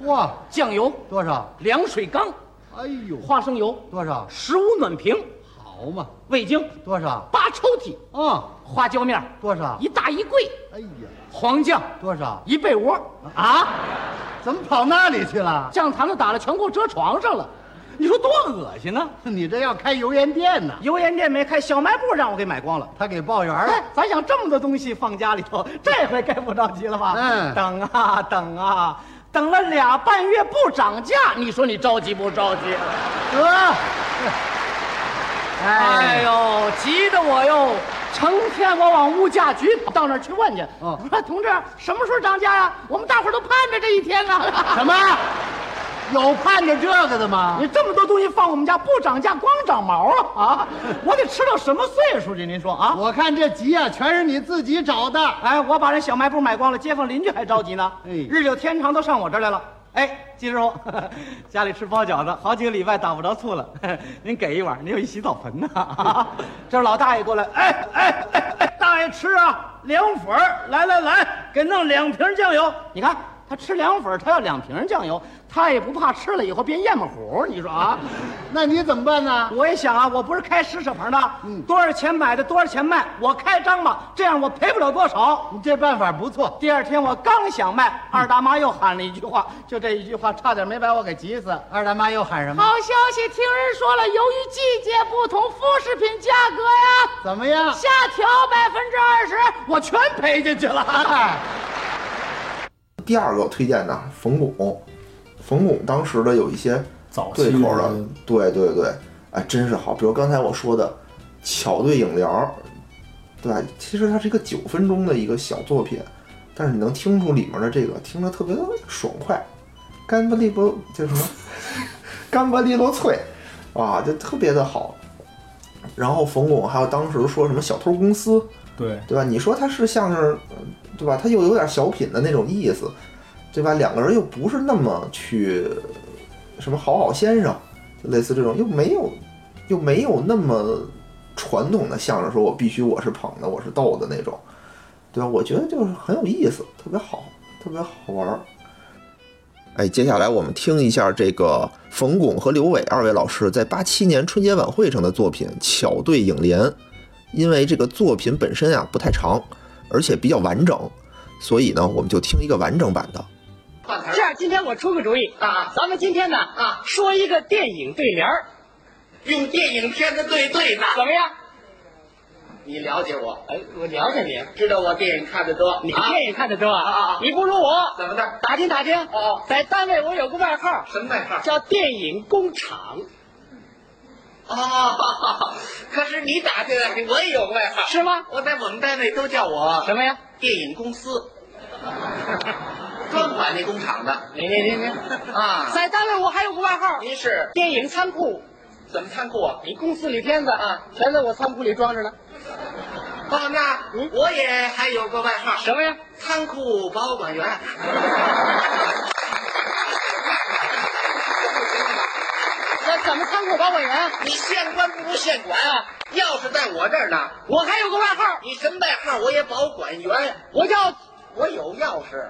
Speaker 5: 哇，
Speaker 6: 酱油，
Speaker 5: 多少？
Speaker 6: 凉水缸，
Speaker 5: 哎呦，
Speaker 6: 花生油，
Speaker 5: 多少？
Speaker 6: 十五暖瓶，
Speaker 5: 好嘛，
Speaker 6: 味精
Speaker 5: 多少？
Speaker 6: 八抽屉，
Speaker 5: 嗯，
Speaker 6: 花椒面
Speaker 5: 多少
Speaker 6: 一大一柜，
Speaker 5: 哎呀，
Speaker 6: 黄酱
Speaker 5: 多少？
Speaker 6: 一被窝啊，
Speaker 5: 怎么跑那里去了？
Speaker 6: 酱坛子打了全给我遮床上了，你说多恶心呢？
Speaker 5: 你这要开油盐店呢？
Speaker 6: 油盐店没开，小卖部让我给买光了。
Speaker 5: 他给报员
Speaker 6: 哎
Speaker 5: 了。，
Speaker 6: 咱想这么多东西放家里头，这回该不着急了吧？
Speaker 5: 嗯
Speaker 6: 等啊等啊，等了俩半月不涨价，你说你着急不着急？
Speaker 5: 得，
Speaker 6: 哎
Speaker 5: 哎呦，
Speaker 6: 呦，急得我哟！成天我往物价局跑到那儿去问去。
Speaker 5: 哦
Speaker 6: 我说同志，什么时候涨价呀、我们大伙儿都盼着这一天啊呢。
Speaker 5: 什么？有盼着这个的吗？
Speaker 6: 你这么多东西放我们家不涨价，光长毛了啊！我得吃到什么岁数去？您说啊？
Speaker 5: 我看这急啊，全是你自己找的。
Speaker 6: 哎，我把人小卖部买光了，街坊邻居还着急呢。
Speaker 5: 哎
Speaker 6: 日久天长都上我这儿来了。哎，金师傅， 家里吃包饺子，好几个礼拜打不着醋了， 您给一碗，您有一洗澡盆呢。 这老大爷过来，哎哎哎哎，大爷吃啊，凉粉儿，来来来，给弄两瓶酱油。你看他吃凉粉儿，他要两瓶酱油，他也不怕吃了以后变咽巴糊，你说啊？
Speaker 5: 那你怎么办呢？嗯
Speaker 6: 我也想啊，我不是开施舍盆的，多少钱买的多少钱卖，我开张吧，这样我赔不了多少。
Speaker 5: 你这办法不错，
Speaker 6: 第二天我刚想卖，二大妈又喊了一句话，就这一句话差点没把我给急死。
Speaker 5: 二大妈又喊什么？
Speaker 7: 好消息，听人说了，由于季节不同，副食品价格呀
Speaker 5: 怎么样？
Speaker 7: 下调百分之二十。
Speaker 6: 我全赔进去 了。
Speaker 5: 哎，
Speaker 3: 第二个推荐的冯巩，冯巩当时的有一些
Speaker 2: 早期
Speaker 3: 对口的
Speaker 2: 的，
Speaker 3: 对对对，哎，真是好。比如刚才我说的《巧对影聊》，对吧？其实它是一个九分钟的一个小作品，但是你能听出里面的这个，听着特别的爽快，干巴利波叫什么？ 干巴利罗脆啊，就特别的好。然后冯巩还有当时说什么小偷公司，
Speaker 2: 对，
Speaker 3: 对吧？你说它是相声，呃对吧？它又有点小品的那种意思，对吧？两个人又不是那么去什么好好先生，就类似这种，又没有又没有那么传统的相声说我必须我是捧的，我是逗的那种，对吧？我觉得就是很有意思，特别好，特别好玩儿。哎，接下来我们听一下这个冯巩和刘伟二位老师在八七年春节晚会上的作品《巧对影联》。因为这个作品本身啊不太长，而且比较完整，所以呢，我们就听一个完整版的。
Speaker 8: 这样，今天我出个主意啊，咱们今天呢啊，说一个电影对联儿
Speaker 9: 用电影片子对对子。
Speaker 8: 怎么
Speaker 9: 啊
Speaker 8: 样？
Speaker 9: 你了解我，
Speaker 8: 哎，我了解你，
Speaker 9: 知道我电影看得多。
Speaker 8: 你
Speaker 9: 啊
Speaker 8: 电影看得多
Speaker 9: 啊啊啊
Speaker 8: 你不如我，
Speaker 9: 怎么的？
Speaker 8: 打听打听。
Speaker 9: 哦，
Speaker 8: 在单位我有个外号
Speaker 9: 什么外号？
Speaker 8: 叫电影工厂，
Speaker 9: 哦， 可是你打听打听，我也有个外号。
Speaker 8: 是吗？
Speaker 9: 我在我们单位都叫我
Speaker 8: 什么呀？
Speaker 9: 电影公司，专管那工厂的
Speaker 8: 你你你你，
Speaker 9: 啊。
Speaker 8: 在单位我还有个外号，
Speaker 9: 您是
Speaker 8: 电影仓库。
Speaker 9: 怎么仓库啊？
Speaker 8: 你公司里片子啊，全在我仓库里装着呢。
Speaker 9: 哦，那
Speaker 8: 嗯
Speaker 9: 我也还有个外号，
Speaker 8: 什么呀？
Speaker 9: 仓库保 管员。
Speaker 8: 我怎么仓库保管员？
Speaker 9: 你县官不如县管啊！钥匙在我这儿呢。
Speaker 8: 我还有个外号，
Speaker 9: 你什么外号？我也保管员，
Speaker 8: 我叫
Speaker 9: 我有钥匙。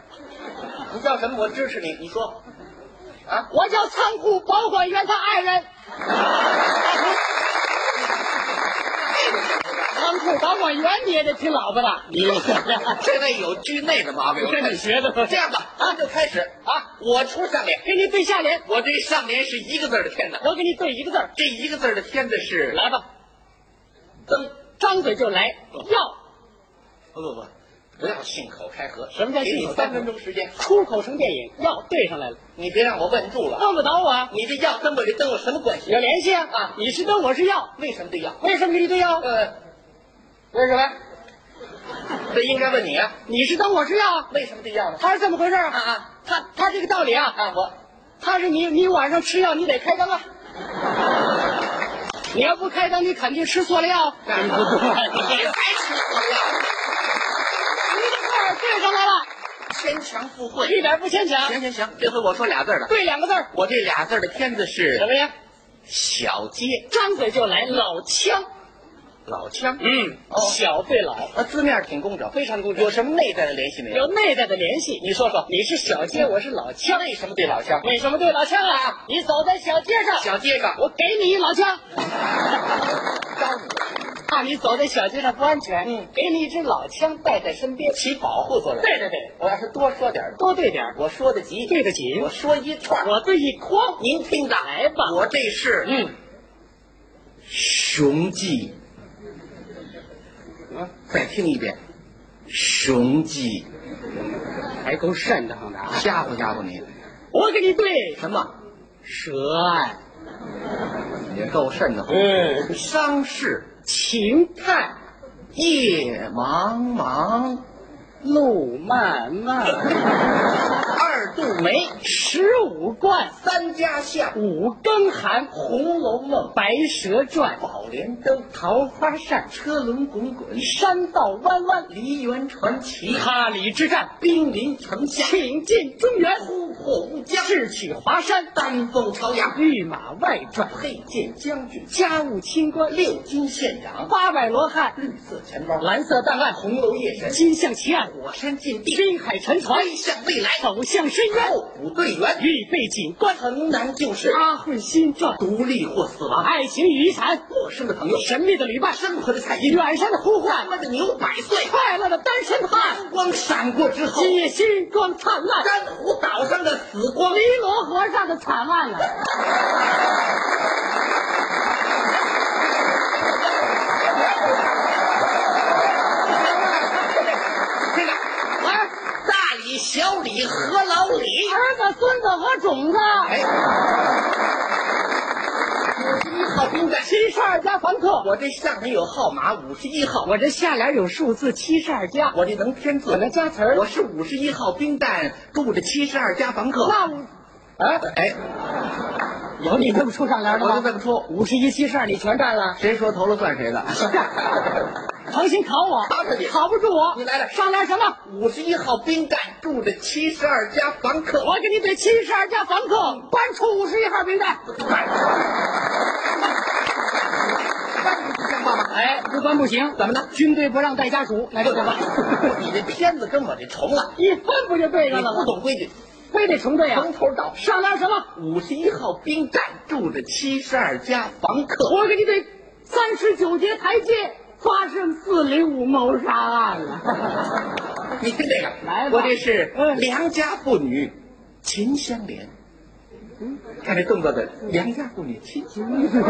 Speaker 9: 你叫什么？我支持你。你说，啊，
Speaker 8: 我叫仓库保管员他爱人。仓库保管员啊你也得听老婆的，
Speaker 9: 你这位有剧内的毛病。我看
Speaker 8: 你学的
Speaker 9: 这样吧，咱们就开始啊！我出上联，
Speaker 8: 给你对下联，
Speaker 9: 我这上联是一个字儿的片子，
Speaker 8: 我给你对一个字儿，
Speaker 9: 这一个字儿的片子是
Speaker 8: 来吧，
Speaker 9: 增。
Speaker 8: 张嘴就来，
Speaker 9: 哦
Speaker 8: 要
Speaker 9: 不不不，不要信口开河。
Speaker 8: 什么叫
Speaker 9: 给
Speaker 8: 信
Speaker 9: 你
Speaker 8: 口开河
Speaker 9: 三分钟时间，
Speaker 8: 出口成电影，要对上来了，
Speaker 9: 你别让我问住了。
Speaker 8: 弄得倒我啊，
Speaker 9: 你这药跟我这灯有什么关系
Speaker 8: 有？联系啊
Speaker 9: 啊
Speaker 8: 你是灯，我是药，
Speaker 9: 为什么这药？
Speaker 8: 为什么给你对药？
Speaker 9: 呃，为什么？这应该问你啊。
Speaker 8: 你是灯，我是药，
Speaker 9: 为什么这药呢？
Speaker 8: 他是这么回事儿
Speaker 9: 啊啊，
Speaker 8: 他他这个道理啊，
Speaker 9: 啊，我
Speaker 8: 他是你你晚上吃药你得开 灯啊，你要不开灯你肯定吃错了药。
Speaker 9: 干不对，你还吃药，
Speaker 8: 对上来了，
Speaker 9: 牵强附
Speaker 8: 一
Speaker 9: 会。
Speaker 8: 点不牵强
Speaker 9: 行。行行，这回我说俩字儿了。
Speaker 8: 对两个字儿，
Speaker 9: 我这俩字儿的片子是
Speaker 8: 什么呀？
Speaker 9: 小街
Speaker 8: 张嘴就来，老腔。
Speaker 9: 老腔。
Speaker 8: 嗯，
Speaker 9: 哦
Speaker 8: 小对老，
Speaker 9: 啊，字面挺工整，
Speaker 8: 非常工整
Speaker 9: 有什么内在的联系没有？
Speaker 8: 有内在的联系。你说说，你是小街，我是老腔，
Speaker 9: 为什么对老腔？
Speaker 8: 为什么对老腔啊？你走在小街上，
Speaker 9: 小街上，
Speaker 8: 我给你一老腔。怕你走在小街上不安全，
Speaker 9: 嗯
Speaker 8: 给你一支老腔带在身边，
Speaker 9: 起保护作用。
Speaker 8: 对对对，
Speaker 9: 我要是多说点儿，
Speaker 8: 多对点儿，
Speaker 9: 我说得急，
Speaker 8: 对得起
Speaker 9: 我说一串儿，
Speaker 8: 我对一筐。
Speaker 9: 您听着
Speaker 8: 来吧
Speaker 9: 我这是
Speaker 8: 嗯，
Speaker 9: 雄鸡。啊，再听一遍，雄鸡，
Speaker 8: 还够瘆得慌的啊！
Speaker 9: 吓唬吓唬你。
Speaker 8: 我给你对
Speaker 9: 什么？
Speaker 8: 舌爱、
Speaker 9: 也够瘆得慌。
Speaker 8: 嗯，
Speaker 9: 伤势
Speaker 8: 情态、
Speaker 9: 夜茫茫，
Speaker 8: 路漫漫。
Speaker 9: 二度梅，
Speaker 8: 十五贯，
Speaker 9: 三家巷，
Speaker 8: 五更寒，《红楼梦》《白蛇传》
Speaker 9: 宝莲灯，
Speaker 8: 桃花扇，
Speaker 9: 车轮滚滚，
Speaker 8: 山道弯弯，
Speaker 9: 梨园传奇，
Speaker 8: 哈里之战，
Speaker 9: 兵临城下，
Speaker 8: 挺进中原，
Speaker 9: 突破乌江，
Speaker 8: 智取华山，
Speaker 9: 丹凤朝阳，
Speaker 8: 御马外传，
Speaker 9: 佩剑将军，
Speaker 8: 家务清官，
Speaker 9: 六军县长，
Speaker 8: 八百罗汉，
Speaker 9: 绿色钱包，
Speaker 8: 蓝色档案，
Speaker 9: 红楼夜神，
Speaker 8: 金象奇案，
Speaker 9: 火山禁地，
Speaker 8: 深海沉船，
Speaker 9: 飞向未来，
Speaker 8: 走向深渊，
Speaker 9: 候补队员，
Speaker 8: 预备警官，
Speaker 9: 城南旧事，
Speaker 8: 阿混新传，
Speaker 9: 独立或死亡，
Speaker 8: 爱情与遗产，
Speaker 9: 陌生的朋友，
Speaker 8: 神秘的旅伴，
Speaker 9: 生活的彩衣，
Speaker 8: 远山的呼唤
Speaker 9: 咱，们的牛百岁，
Speaker 8: 快乐的单身汉。
Speaker 9: 阳光闪过之后，
Speaker 8: 今夜星光灿烂，
Speaker 9: 珊瑚岛上的死光，
Speaker 7: 尼罗河上的惨案 了。
Speaker 9: 啊，大李、小李、何老李，
Speaker 7: 儿子、孙子和种子，
Speaker 9: 哎，五十一号兵站，
Speaker 8: 七十二家房客。
Speaker 9: 我这上面有号码五十一号，
Speaker 8: 我这下联有数字七十二家，
Speaker 9: 我这能添字，
Speaker 8: 我能加词儿。
Speaker 9: 我是五十一号兵站，住着七十二家房客。
Speaker 8: 那我
Speaker 9: 哎哎，
Speaker 8: 有你这么出上联的
Speaker 9: 我就
Speaker 8: 吗？
Speaker 9: 这么说，
Speaker 8: 五十一、七十二，你全占了，
Speaker 9: 谁说头了算谁 的。
Speaker 8: 诚心考我，
Speaker 9: 打死你
Speaker 8: 考不住我。
Speaker 9: 你来了
Speaker 8: 上联什么？
Speaker 9: 五十一号兵站住着七十二家房客。
Speaker 8: 我给你对七十二家房客搬出五十一号名单。
Speaker 9: 这样话吗？
Speaker 8: 哎，不关不行，怎么的？军队不让带家属，来这个吧。
Speaker 9: 你这片子跟我这重了，
Speaker 8: 一翻不就对
Speaker 9: 你
Speaker 8: 上了
Speaker 9: 不
Speaker 8: 吗？
Speaker 9: 懂规矩。
Speaker 8: 非得成这样
Speaker 9: 从。头到尾
Speaker 8: 上联什么？
Speaker 9: 五十一号兵站住着七十二家房客，
Speaker 7: 我给你对三十九节台阶发生四零五谋杀案了。
Speaker 9: 你听这个，
Speaker 8: 来吧
Speaker 9: 我这 是
Speaker 8: 嗯
Speaker 9: 良家妇女秦香莲。看这动作的良家妇女秦香 莲，多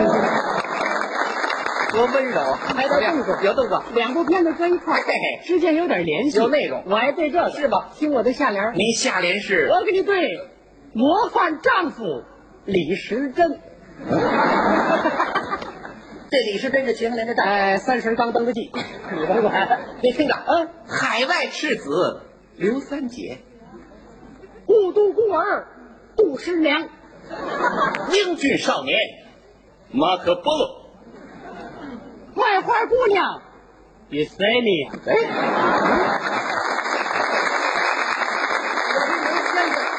Speaker 9: 温柔啊！
Speaker 8: 还带动作
Speaker 9: 有动作，
Speaker 8: 两部片子搁一块儿
Speaker 9: 嘿嘿，
Speaker 8: 之间有点联系，
Speaker 9: 有内容
Speaker 8: 我还对这个是吧？听我的下联儿，
Speaker 9: 您下联是
Speaker 8: 我给你对模范丈夫李时珍。
Speaker 9: 这李时珍是秦香莲的丈夫，
Speaker 8: 哎，三十刚登的 记，你甭管。
Speaker 9: 您听着，啊
Speaker 8: 嗯，
Speaker 9: 海外赤子刘三姐，
Speaker 8: 故都孤儿杜十娘，
Speaker 9: 英俊少年马可波罗。
Speaker 8: 卖花姑娘比塞尼亚。哎，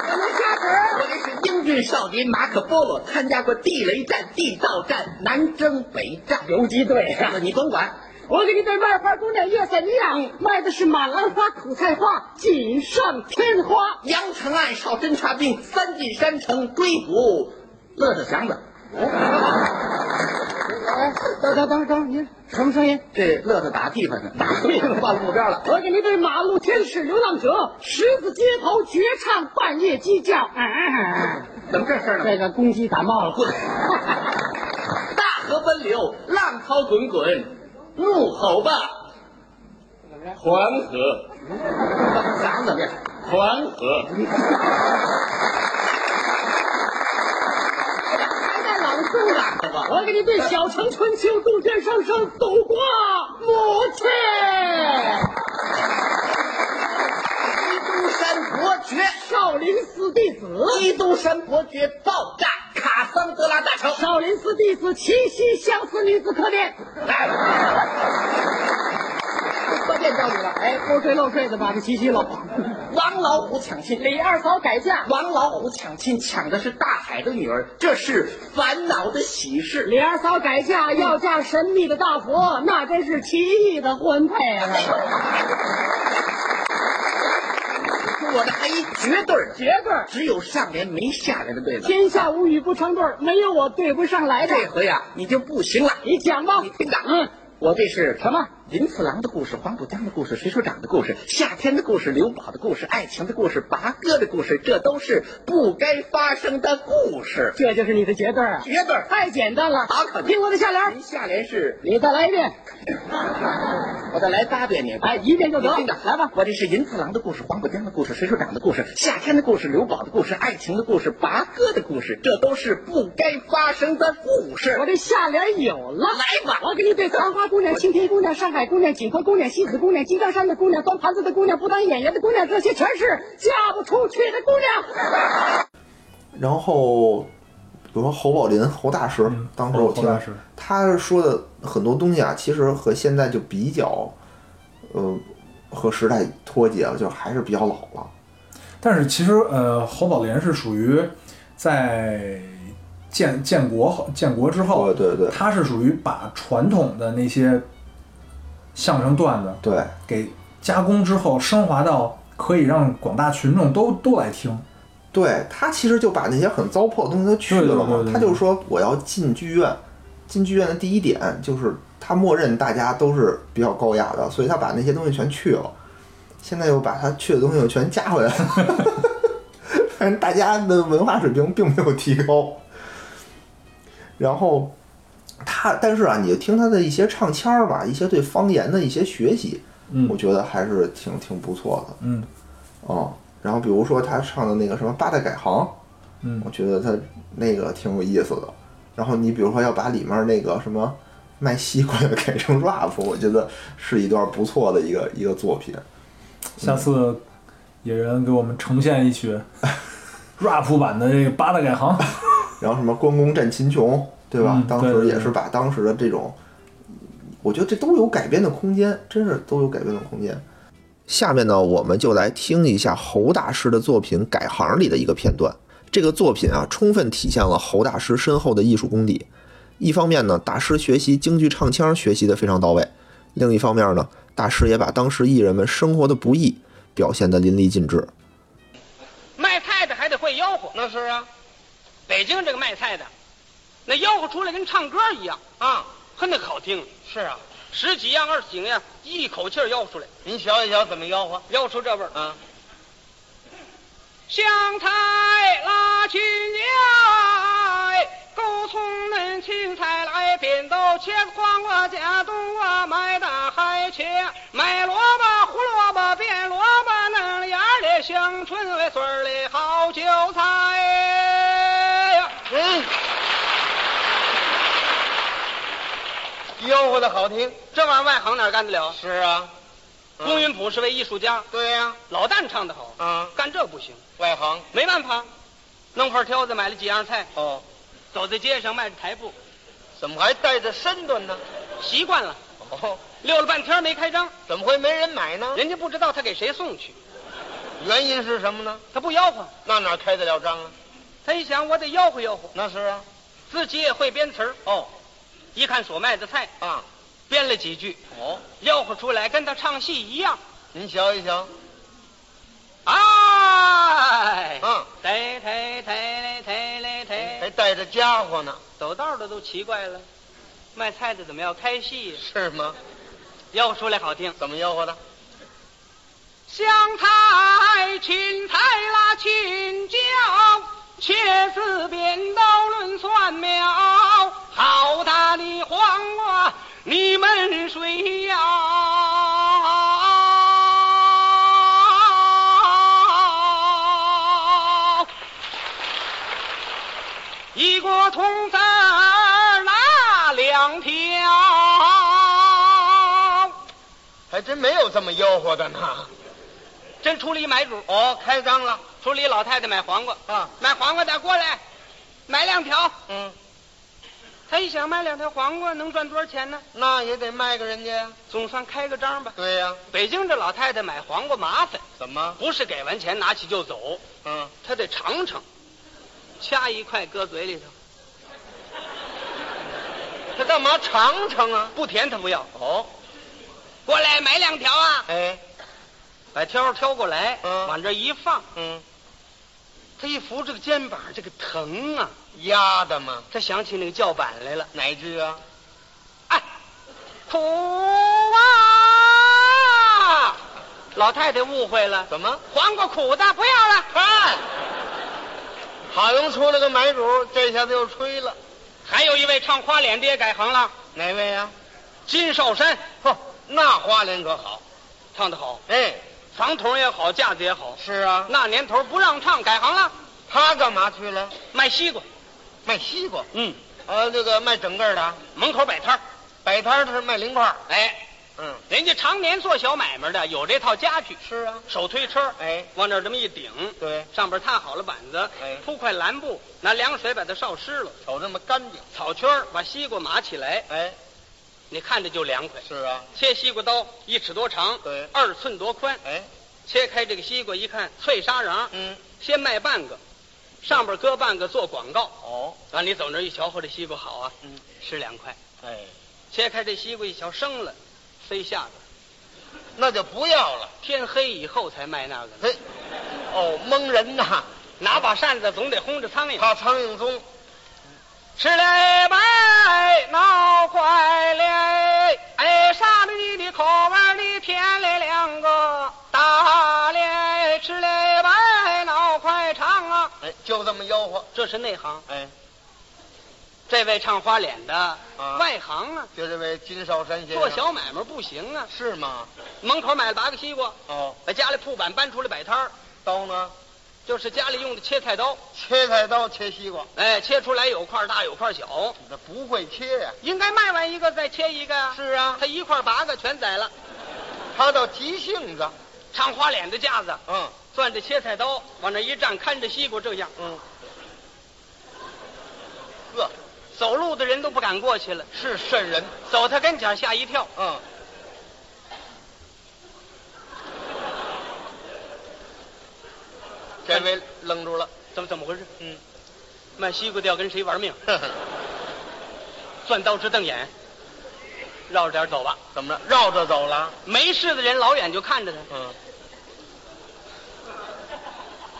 Speaker 8: 我能下格？
Speaker 9: 我这是英俊少年马可波罗，参加过地雷战、地道战、南征北战，游击队啊！你甭管，
Speaker 8: 我给你对卖花姑娘叶塞尼亚，卖的是马兰花、苦菜花、锦上添花。
Speaker 9: 阳城爱少侦察兵，三进山城追捕乐乐祥子。
Speaker 8: 哎，等等等等，您什么声音？
Speaker 9: 这乐乐打地方呢，打对了，换了目标了。
Speaker 8: 我给您对马路天使、流浪者、十字街头绝唱半夜鸡叫。哎啊
Speaker 9: 怎么这事儿呢？
Speaker 8: 这个公鸡感冒了。
Speaker 9: 大河奔流，浪涛滚滚，怒吼吧！黄河，
Speaker 8: 嗓子怎么样？哎
Speaker 9: 黄河，
Speaker 8: 还在朗诵呢。
Speaker 9: 好吧
Speaker 8: 我给你对小城春秋杜鹃声声走过母亲。
Speaker 9: 基督山伯爵，
Speaker 8: 少林寺弟子，
Speaker 9: 基督山伯爵爆炸卡桑德拉大桥。
Speaker 8: 少林寺弟子七夕相思女子哎客店。
Speaker 9: 来，
Speaker 8: 客店教你了，哎，漏税漏税的把这七夕漏。
Speaker 9: 王老虎抢亲，
Speaker 8: 李二嫂改嫁，
Speaker 9: 王老虎抢亲抢的是大海的女儿，这是烦恼的喜事。
Speaker 8: 李二嫂改嫁要嫁神秘的大佛，那真是奇异的婚配啊！
Speaker 9: 我的还一绝对儿，
Speaker 8: 绝对儿，
Speaker 9: 只有上联没下联的对子。
Speaker 8: 天下无语不成对儿，没有我对不上来的。
Speaker 9: 这回呀、你就不行了。
Speaker 8: 你讲吧，
Speaker 9: 你听着，
Speaker 8: 嗯，
Speaker 9: 我这是什么？林次郎的故事，黄浦江的故事，水手长的故事，夏天的故事，刘宝的故事，爱情的故事，拔哥的故事，这都是不该发生的故事。
Speaker 8: 这就是你的绝对儿啊！
Speaker 9: 绝对儿，
Speaker 8: 太简单了，
Speaker 9: 好可不
Speaker 8: 听我的下联儿
Speaker 9: 您，下联是，
Speaker 8: 你再来一遍，
Speaker 9: 我再来八遍你。
Speaker 8: 哎，一遍就得。
Speaker 9: 听着，
Speaker 8: 来吧，
Speaker 9: 我这是银次郎的故事，黄浦江的故事，水手长的故事，夏天的故事，刘宝的故事，爱情的故事，拔哥的故事，这都是不该发生的故事。
Speaker 8: 我这下联有了。
Speaker 9: 来吧
Speaker 8: 我给你对残花姑娘、青天姑娘、上海姑娘、锦葵姑娘、西子姑娘、金刚山的姑娘、端盘子的姑娘、不当演员的姑娘，这些全是嫁不出去的姑娘。
Speaker 3: 然后，比如说侯宝林、侯大师，当时我
Speaker 2: 嗯
Speaker 3: 听
Speaker 2: 侯大师
Speaker 3: 他说的很多东西啊，其实和现在就比较，呃，和时代脱节了，就是还是比较老了。
Speaker 2: 但是其实呃，侯宝林是属于在建建国后建国之后，
Speaker 3: 对对对
Speaker 2: 他是属于把传统的那些相声段子
Speaker 3: 对，
Speaker 2: 给加工之后，升华到可以让广大群众都都来听。
Speaker 3: 对他其实就把那些很糟粕的东西都去了
Speaker 2: 对对对
Speaker 3: 嘛。
Speaker 2: 对
Speaker 3: 他就说我要进剧院，进剧院的第一点就是他默认大家都是比较高雅的，所以他把那些东西全去了。现在又把他去的东西又全加回来了， 反正大家的文化水平并没有提高。然后他，但是啊，你听他的一些唱腔儿吧，一些对方言的一些学习，
Speaker 2: 嗯
Speaker 3: 我觉得还是挺挺不错的。
Speaker 2: 嗯
Speaker 3: 哦，然后比如说他唱的那个什么《八大改行》，
Speaker 2: 嗯
Speaker 3: 我觉得他那个挺有意思的。然后你比如说要把里面那个什么卖西 瓜的改成 rap，我觉得是一段不错的一个一个作品。
Speaker 2: 下次野人给我们呈现一 曲 rap 版的这个八大改行。
Speaker 3: 然后什么关公战秦琼，对吧？
Speaker 2: 嗯
Speaker 3: 当
Speaker 2: 对
Speaker 3: 时
Speaker 2: 对
Speaker 3: 也是把当时的这种，我觉得这都有改编的空间，真是都有改编的空间。下面呢，我们就来听一下侯大师的作品《改行》里的一个片段。这个作品啊，充分体现了侯大师深厚的艺术功底。一方面呢，大师学习京剧唱腔学习的非常到位；另一方面呢，大师也把当时艺人们生活的不易表现得淋漓尽致。
Speaker 10: 卖菜的还得会吆喝，那是啊。北京这个卖菜的，那吆喝出来跟唱歌一样啊，呵，那可好听。是啊，十几样、二十几样，一口气儿吆喝出来。您瞧一瞧怎么吆喝，吆喝出这味儿啊。香菜拉青来，勾葱嫩青菜来，扁豆切黄瓜夹冬瓜，买大海茄，买萝卜胡萝卜变萝卜，嫩芽儿的香椿味穗儿的好韭菜呀。嗯，吆喝的好听，这玩意儿外行哪干得了？是啊。龚云普是位艺术家，对呀、老旦唱得好，啊，干这不行，外行没办法，弄块挑子买了几样菜，哦，走在街上迈着台步，怎么还带着身段呢？习惯了，哦，溜了半天没开张，怎么会没人买呢？人家不知道他给谁送去，原因是什么呢？他不吆喝，那哪开得了张啊？他一想，我得吆喝吆喝，那是啊，自己也会编词儿，哦，一看所卖的菜啊，编了几句，哦，吆喝出来跟他唱戏一样。您瞧一瞧，哎，嗯，抬抬抬嘞抬嘞抬，还带着家伙呢。走道的都奇怪了，卖菜的怎么要开戏？是吗？吆喝出来好听，怎么吆喝的？香菜、芹菜啦，青椒，茄子、扁豆、论蒜苗，好大的黄瓜，你们谁要？一锅铜子儿拿两条。还真没有这么吆喝的呢。真出了一买主哦，开张了。出了一老太太买黄瓜啊，买黄瓜的过来，买两条。嗯，他一想买两条黄瓜能赚多少钱呢？那也得卖给人家呀，总算开个张吧。对呀、北京这老太太买黄瓜麻烦，怎么不是给完钱拿起就走？嗯，她得尝尝，掐一块搁嘴里头。她干嘛尝尝啊？不甜她不要。哦，过来买两条啊。哎。把挑挑过来，往这一放，嗯，他一扶这个肩膀，这个疼啊，压的嘛。他想起那个叫板来了，哪句啊？哎，苦啊！老太太误会了，怎么？黄瓜苦的，不要了。看，好容易出了个买主，这下子又吹了。还有一位唱花脸的也改行了，哪位呀、金少山，嚯，那花脸可好。唱得好，哎，房筒也好，架子也好。是啊，那年头不让唱，改行了。他干嘛去了？卖西瓜，卖西瓜。嗯，呃，那个卖整个的，门口摆摊儿，摆摊儿的是卖零块。哎，嗯，人家常年做小买卖的，有这套家具。是啊，手推车，哎，往这儿这么一顶，对，上边踏好了板子，哎，铺块蓝布，拿凉水把它烧湿了，瞅这么干净。草圈儿把西瓜码起来，哎，你看着就凉快。是啊，切西瓜刀一尺多长，对，二寸多宽。哎，切开这个西瓜一看，脆沙瓤。嗯，先卖半个，上边搁半个做广告。哦，啊，你走那儿一瞧，嚯，这西瓜好啊，嗯，吃两块。哎，切开这西瓜一瞧，生了，塞下边。那就不要了，天黑以后才卖那个。嘿，哦，蒙人呐！拿把扇子总得轰着苍蝇，怕苍蝇踪。吃嘞呗，闹快嘞，哎，上了你的口味里添了两个大嘞，吃嘞呗，闹快唱啊！哎，就这么吆喝，这是内行。哎，这位唱花脸的，外行啊，就这位金少山先生，做小买卖不行啊，是吗？门口买了八个西瓜，哦，把家里铺板搬出来摆摊儿，刀呢？就是家里用的切菜刀，切菜刀切西瓜，哎，切出来有块大有块小，那不会切呀、应该卖完一个再切一个呀、是啊，他一块八个全宰了，他倒急性子，唱花脸的架子，嗯，攥着切菜刀往那一站，看着西瓜这样，嗯，呵，走路的人都不敢过去了，是瘆人，走他跟前吓一跳，嗯。这位愣 住了，怎么怎么回事？嗯，卖西瓜的要跟谁玩命？钻刀直瞪眼。绕着点儿走吧，怎么着？绕着走了？没事的人老远就看着他。嗯，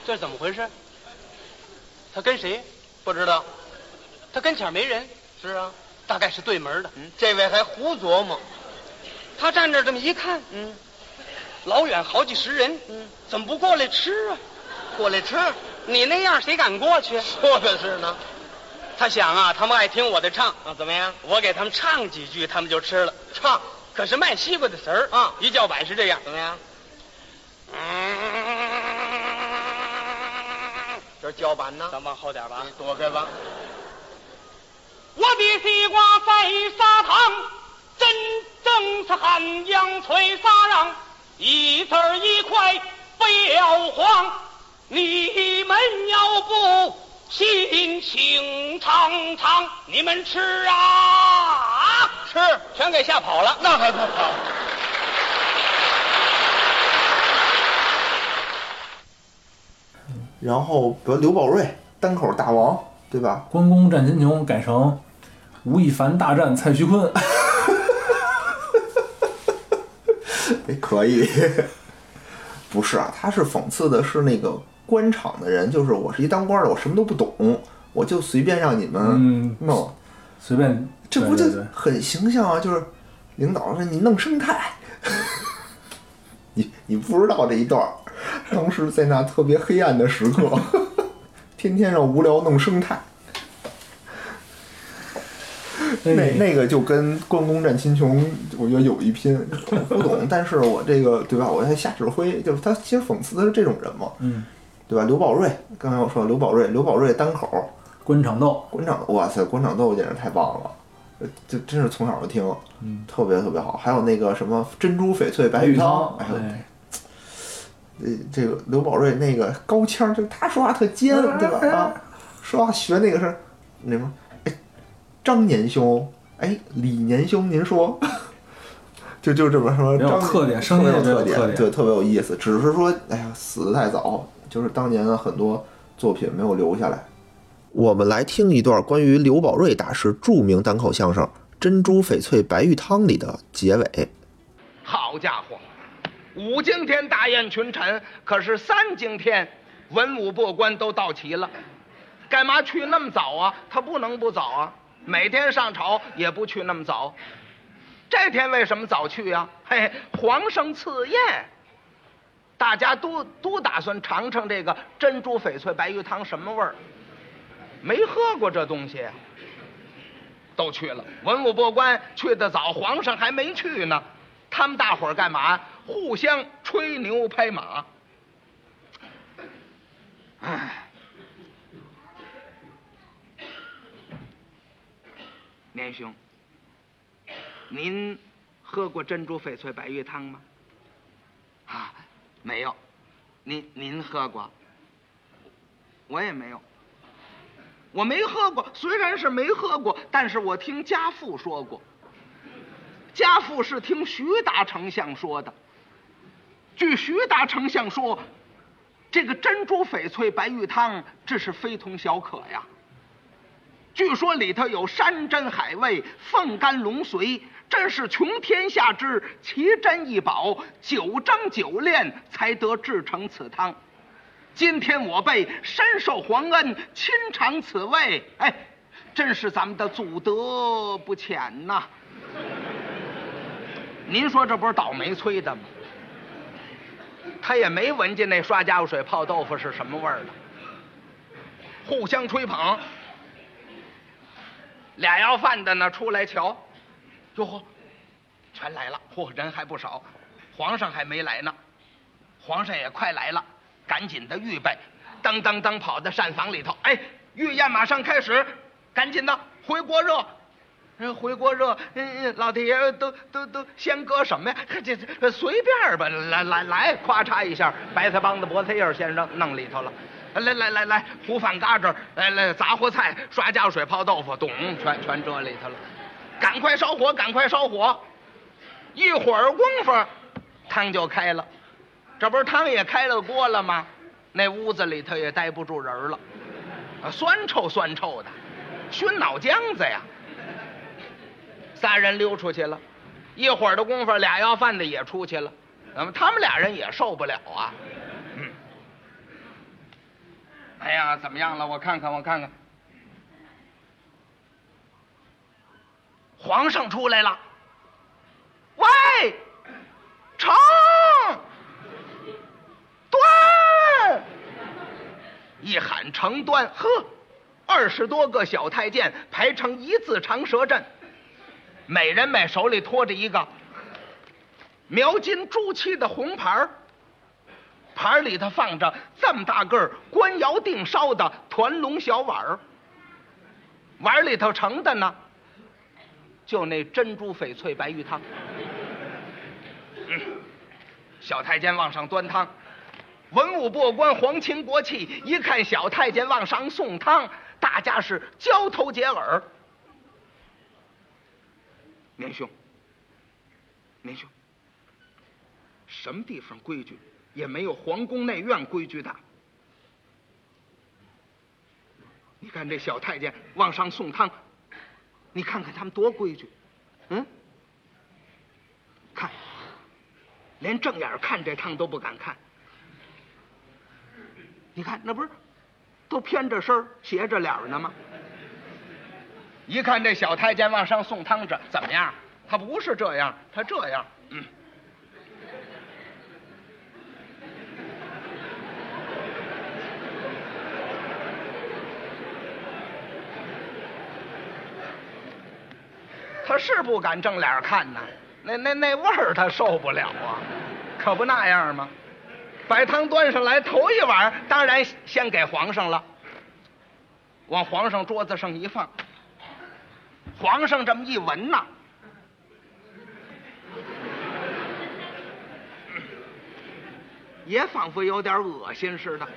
Speaker 10: 这是怎么回事？他跟谁？不知道。他跟前儿没人。是啊，大概是对门儿的。嗯，这位还胡琢磨。他站这儿这么一看，嗯，老远好几十人，嗯，怎么不过来吃啊？过来吃？你那样谁敢过去？说的是呢。他想啊，他们爱听我的唱啊，怎么样？我给他们唱几句，他们就吃了。唱，可是卖西瓜的词儿啊，一叫板是这样，嗯怎么样？这叫板呢？咱往后点吧，你躲开吧。
Speaker 11: 我的西瓜在砂糖，真正是汉阳催沙瓤，一字儿一块不要慌。你们要不信，请尝尝，你们吃啊！
Speaker 10: 吃，全给吓跑了。那还不跑？
Speaker 3: 然后比如刘宝瑞单口大王，对吧？
Speaker 2: 关公战秦琼改成吴亦凡大战蔡徐坤，
Speaker 3: 哎，可以。不是啊，他是讽刺的是那个官场的人，就是我是一当官的，我什么都不懂，我就随便让你们弄，
Speaker 2: 嗯随便
Speaker 3: 这不就
Speaker 2: 对对对
Speaker 3: 很形象啊？就是领导说你弄生态， 你你不知道这一段儿，当时在那特别黑暗的时刻， 天天让无聊弄生态。那那个就跟关公战秦琼，我觉得有一拼。我不懂，但是我这个对吧？我在下指挥，就是他其实讽刺的是这种人嘛，
Speaker 2: 嗯，
Speaker 3: 对吧？刘宝瑞，刚才我说刘宝瑞，刘宝瑞单口
Speaker 2: 官场斗，
Speaker 3: 官场，哇塞，官场斗简直太棒了，呃这真是从小就听，
Speaker 2: 嗯，
Speaker 3: 特别特别好。还有那个什么珍珠翡翠白玉汤，哎呦，
Speaker 2: 哎，
Speaker 3: 呃，这个刘宝瑞那个高腔儿，就是他说话特尖，对吧？啊，说话学那个是那什么，哎，张年兄，哎，李年兄，您说， 就就这么说，
Speaker 2: 比较有
Speaker 3: 张
Speaker 2: 特点声音
Speaker 3: 特别有
Speaker 2: 也比较
Speaker 3: 特
Speaker 2: 有特
Speaker 3: 点，
Speaker 2: 点
Speaker 3: 对，特别有意思。只是说，哎呀，死的太早，就是当年啊的很多作品没有留下来。我们来听一段关于刘宝瑞大师著名单口相声《珍珠翡翠白玉汤》里的结尾。
Speaker 11: 好家伙，五更天大宴群臣，可是三更天文武百官都到齐了，干嘛去那么早啊？他不能不早啊，每天上朝也不去那么早。啊这天为什么早去呀、嘿，皇上赐宴，大家都都打算尝尝这个珍珠翡翠白玉汤什么味儿，没喝过这东西啊。都去了，文武百官去的早，皇上还没去呢。他们大伙儿干嘛？互相吹牛拍马。唉，年兄，您喝过珍珠翡翠白玉汤吗？啊，没有。您您喝过？我也没有。我没喝过，虽然是没喝过，但是我听家父说过。家父是听徐达丞相说的。据徐达丞相说，这个珍珠翡翠白玉汤，这是非同小可呀。据说里头有山珍海味、凤肝龙髓，真是穷天下之奇珍异宝，九蒸九炼才得制成此汤。今天我辈深受皇恩，亲尝此味，哎，真是咱们的祖德不浅呐、您说这不是倒霉催的吗？他也没闻见那刷家伙水泡豆腐是什么味儿的，互相吹捧。俩要饭的呢出来瞧，哟呵，全来了，嚯，人还不少，皇上还没来呢，皇上也快来了，赶紧的预备，噔噔噔跑到膳房里头，哎，御宴马上开始，赶紧的回锅热，嗯，回锅热，嗯嗯，老天爷都都都先搁什么呀？这这随便儿吧，来来来，咵嚓一下，白菜帮子、菠菜叶儿先扔弄里头了。来来来来，胡饭嘎吱儿，来来杂货菜、刷家伙水、泡豆腐，咚，全全这里头了。赶快烧火，赶快烧火！一会儿功夫，汤就开了。这不是汤也开了锅了吗？那屋子里头也待不住人儿了，啊酸臭酸臭的，熏脑浆子呀。仨人溜出去了，一会儿的功夫，俩要饭的也出去了，怎么他们俩人也受不了啊？嗯，哎呀，怎么样了？我看看，我看看，皇上出来了，喂，成，端，一喊成端，呵。二十多个小太监排成一字长蛇阵，每人每手里托着一个描金朱漆的红牌儿，牌儿里头放着这么大个儿官窑定烧的团龙小碗儿，碗儿里头盛的呢，就那珍珠翡翠白玉汤。嗯，小太监往上端汤，文武百官、皇亲国戚一看小太监往上送汤，大家是交头接耳。年兄，年兄，什么地方规矩也没有皇宫内院规矩大。你看这小太监往上送汤，你看看他们多规矩，嗯？看，连正眼看这汤都不敢看。你看那不是都偏着身儿斜着脸儿呢吗？一看这小太监往上送汤这怎么样？他不是这样，他这样，嗯。他是不敢正脸儿看呐，那那那味儿他受不了啊，可不那样吗？把汤端上来，头一碗当然先给皇上了，往皇上桌子上一放。皇上这么一闻呐，也仿佛有点恶心似的，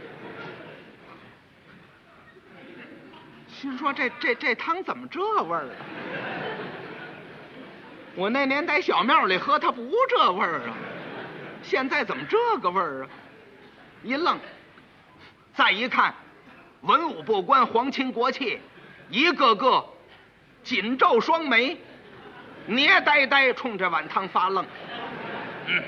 Speaker 11: 心说这这这汤怎么这味儿啊？我那年在小庙里喝，它不这味儿啊。现在怎么这个味儿啊？一愣，再一看，文武百官、皇亲国戚，一个个紧皱双眉，捏呆呆冲着碗汤发愣。嗯，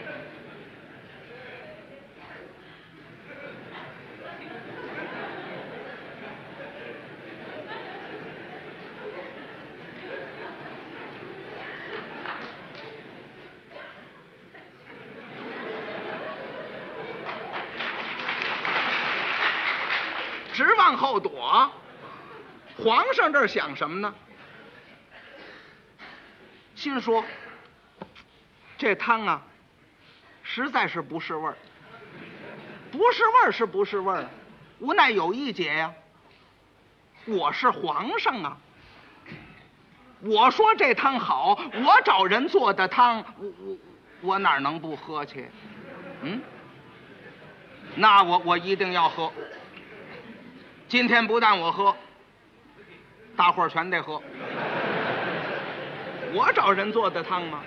Speaker 11: 直往后躲。皇上这儿想什么呢？心说，这汤啊，实在是不是味儿，不是味儿是不是味儿？啊无奈有一节呀、我是皇上啊，我说这汤好，我找人做的汤，我我我哪儿能不喝去？嗯，那我我一定要喝。今天不但我喝，大伙儿全得喝。我找人做的汤吗？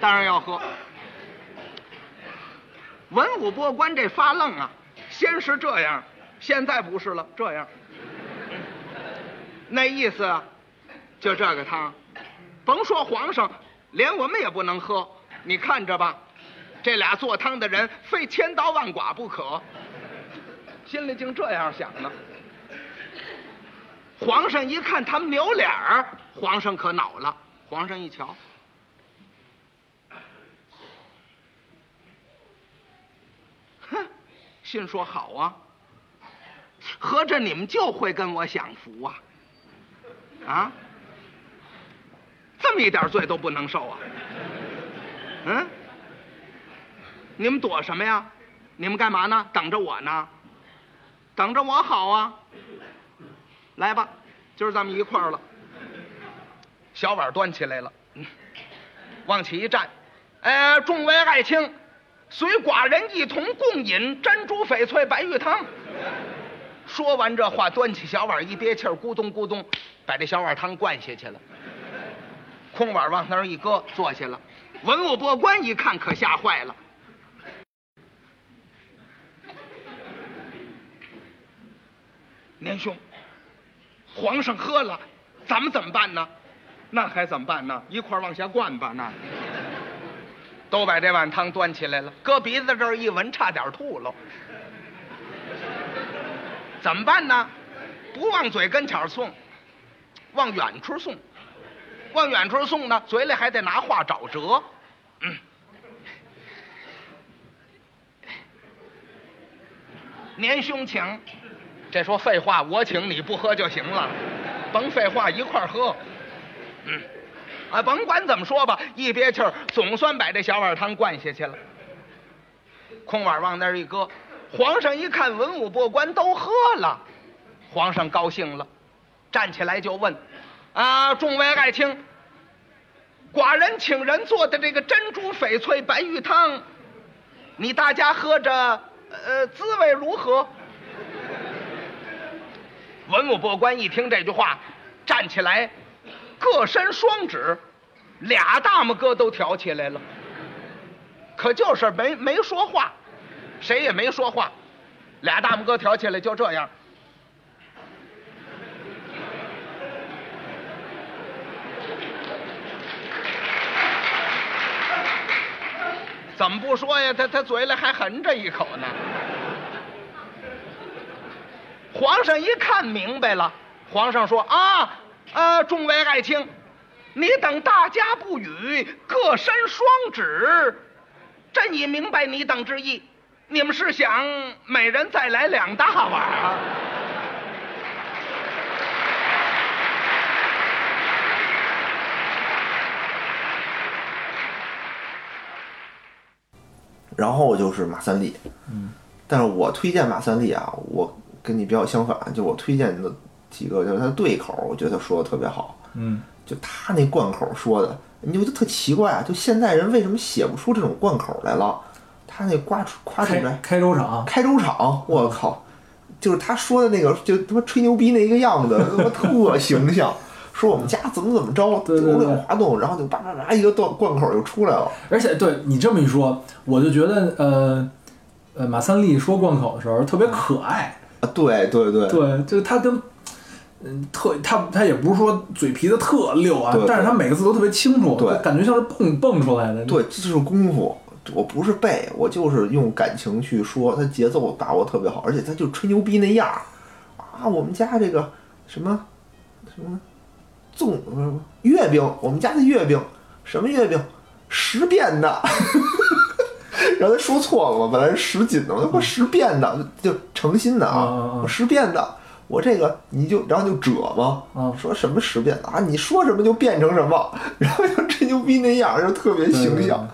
Speaker 11: 当然要喝。文武百官这发愣啊，先是这样，现在不是了，这样。那意思啊，就这个汤，甭说皇上，连我们也不能喝。你看着吧，这俩做汤的人非千刀万剐不可。心里竟这样想呢。皇上一看他们扭脸儿，皇上可恼了。皇上一瞧，哼，心说好啊，合着你们就会跟我享福啊？啊，这么一点罪都不能受啊？嗯，你们躲什么呀？你们干嘛呢？等着我呢？等着我好啊！来吧，今儿咱们一块儿了。小碗端起来了，嗯往起一站，呃，众位爱卿，随寡人一同共饮珍珠翡翠白玉汤。说完这话，端起小碗一憋气儿，咕咚咕咚，把这小碗汤灌下去了。空碗往那儿一搁，坐下了。文武百官一看，可吓坏了。年兄，皇上喝了，咱们怎么办呢？那还怎么办呢？一块儿往下灌吧，那。都把这碗汤端起来了，搁鼻子这儿一闻，差点吐了。怎么办呢？不往嘴跟前儿送，往远处送，往远处送呢，嘴里还得拿话找辙。嗯，您兄请，这说废话，我请你不喝就行了，甭废话，一块儿喝。嗯，啊，甭管怎么说吧，一憋气儿，总算把这小碗汤灌下去了。空碗往那儿一搁，皇上一看文武百官都喝了，皇上高兴了，站起来就问：“啊，众位爱卿，寡人请人做的这个珍珠翡翠白玉汤，你大家喝着，呃，滋味如何？”文武百官一听这句话，站起来，各伸双指，俩大拇哥都挑起来了，可就是没没说话，谁也没说话，俩大拇哥挑起来就这样。怎么不说呀？他他嘴里还含着一口呢。皇上一看明白了，皇上说啊，呃，众位爱卿，你等大家不语，各伸双指，朕已明白你等之意，你们是想每人再来两大碗啊？
Speaker 3: 然后就是马三立，
Speaker 2: 嗯，
Speaker 3: 但是我推荐马三立啊，我跟你比较相反，就我推荐的几个就是他的对口，我觉得说的特别好，
Speaker 2: 嗯，
Speaker 3: 就他那贯口说的，你就就特奇怪啊，就现在人为什么写不出这种贯口来了？他那刮出夸出来
Speaker 2: 开州场，
Speaker 3: 开州场，我靠，就是他说的那个，就他妈吹牛逼那一个 样子，他妈特形象。说我们家怎么怎么着，
Speaker 2: 对对
Speaker 3: 头两滑动，然后就叭叭叭一个 断贯口就出来了。
Speaker 2: 而且对你这么一说，我就觉得呃呃，马三立说贯口的时候特别可爱，
Speaker 3: 啊，对对对
Speaker 2: 对，就是他跟嗯特他他也不是说嘴皮子特溜啊
Speaker 3: 对，对
Speaker 2: 但是他每个字都特别清楚，
Speaker 3: 对
Speaker 2: 感觉像是蹦蹦出来的。
Speaker 3: 对，这就是功夫。我不是背，我就是用感情去说，他节奏把握特别好，而且他就吹牛逼那样儿啊！我们家这个什么什么粽不是月饼，我们家的月饼什么月饼，十变的。 然后他说错了嘛，本来是十斤的，我他妈十变的，就诚心的啊，我十变的，我这个你就然后就折嘛，说什么十变的啊，你说什么就变成什么， 然后就吹牛逼那样儿，就特别形象。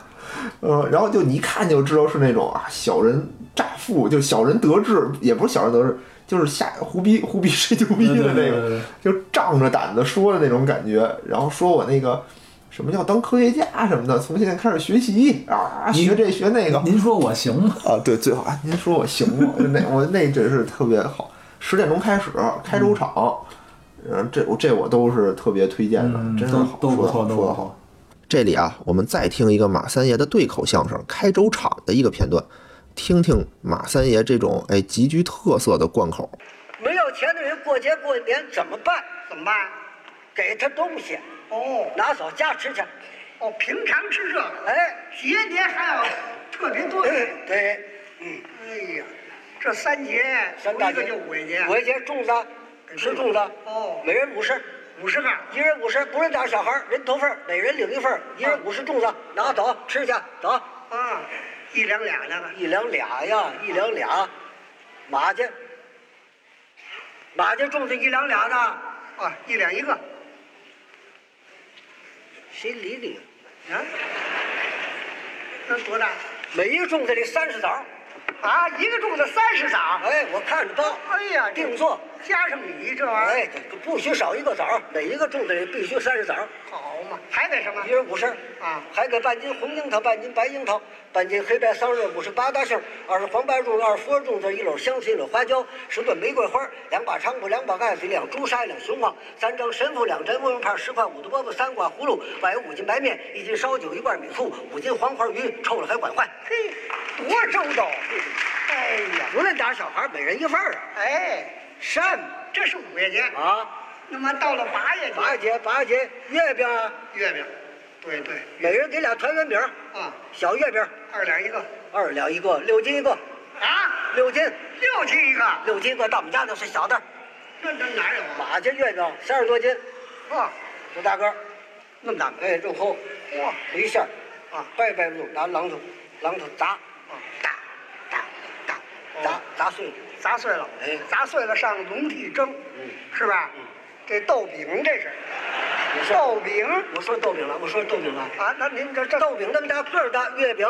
Speaker 3: 呃，然后就你一看就知道是那种啊，小人乍富，就小人得志，也不是小人得志，就是瞎胡逼胡逼吹牛逼的那个，就仗着胆子说的那种感觉。然后说我那个什么要当科学家什么的，从现在开始学习啊，
Speaker 2: 您
Speaker 3: 学这学那个。
Speaker 2: 您说我行吗？
Speaker 3: 啊，对，最好啊，您说我行吗？就那我那真是特别好，十点钟开始开州场，嗯，这我这我都是特别推荐的，真是
Speaker 2: 都嗯
Speaker 3: 好，
Speaker 2: 都不
Speaker 3: 说
Speaker 2: 错
Speaker 3: 得好
Speaker 2: 都
Speaker 3: 说
Speaker 2: 不错
Speaker 3: 的好。这里啊，我们再听一个马三爷的对口相声《开州场》的一个片段，听听马三爷这种哎极具特色的贯口。
Speaker 12: 没有钱的人过节过年怎么办？怎么办？给他东西。哦。拿走家吃去。哦，平常吃这个。哎，节年还有特别多的。对。嗯。哎呀，这三节，三大
Speaker 13: 头一个
Speaker 12: 节
Speaker 13: 就五块钱
Speaker 12: 五块钱粽子，啊吃粽子。哦。每人五十。五十个，一人五十，不论大小孩儿，人头份儿每人领一份儿一人五十粽子，啊拿走吃去，走。啊，一两俩的吧。一两俩呀，一两俩，马去。马家种的一两俩的，啊，一两一个。谁理你啊？那多大？每一个粽子里三十枣。啊，一个粽子三十枣。哎，我看着包。哎呀，定做。加上米这玩意儿，哎，这不许少一个枣，每一个粽子里必须三十枣。好嘛，还给什么？一人五十啊，还给半斤红樱桃，半斤白樱桃，半斤黑白桑葚，五十八大杏，二十黄白粽，二十粽子，一篓香芹，一篓花椒，十朵玫瑰花，两把菖蒲，两把艾子，两朱砂，两雄黄，三张神父，两针乌龙帕，十块五的饽饽，三挂葫芦，外有五斤白面，一斤烧酒，一罐米醋，五斤黄花鱼，臭了还管换。嘿，多周到！啊哎呀，无论打小孩，每人一份儿啊。哎，善，这是五块钱啊。那么到了八月节，八月节，八月节月啊饼，月饼，对对，每人给俩团圆饼啊，小月饼，二两一个，二两一个，六斤一个啊，六斤，六斤一个，六斤一个，到我们家那是小的，那那哪有马家月饼十二多斤，啊，多大个儿，那么大个，哎，肉厚，哇，没馅儿啊，掰掰不住，拿榔头，榔头砸，砸砸碎，
Speaker 13: 砸碎了，
Speaker 12: 哎，嗯
Speaker 13: 砸碎了上笼屉蒸，是吧？这豆饼这是，
Speaker 12: 豆饼，我说豆饼了，我说豆饼了啊！那您这这豆饼那么大个儿的月饼，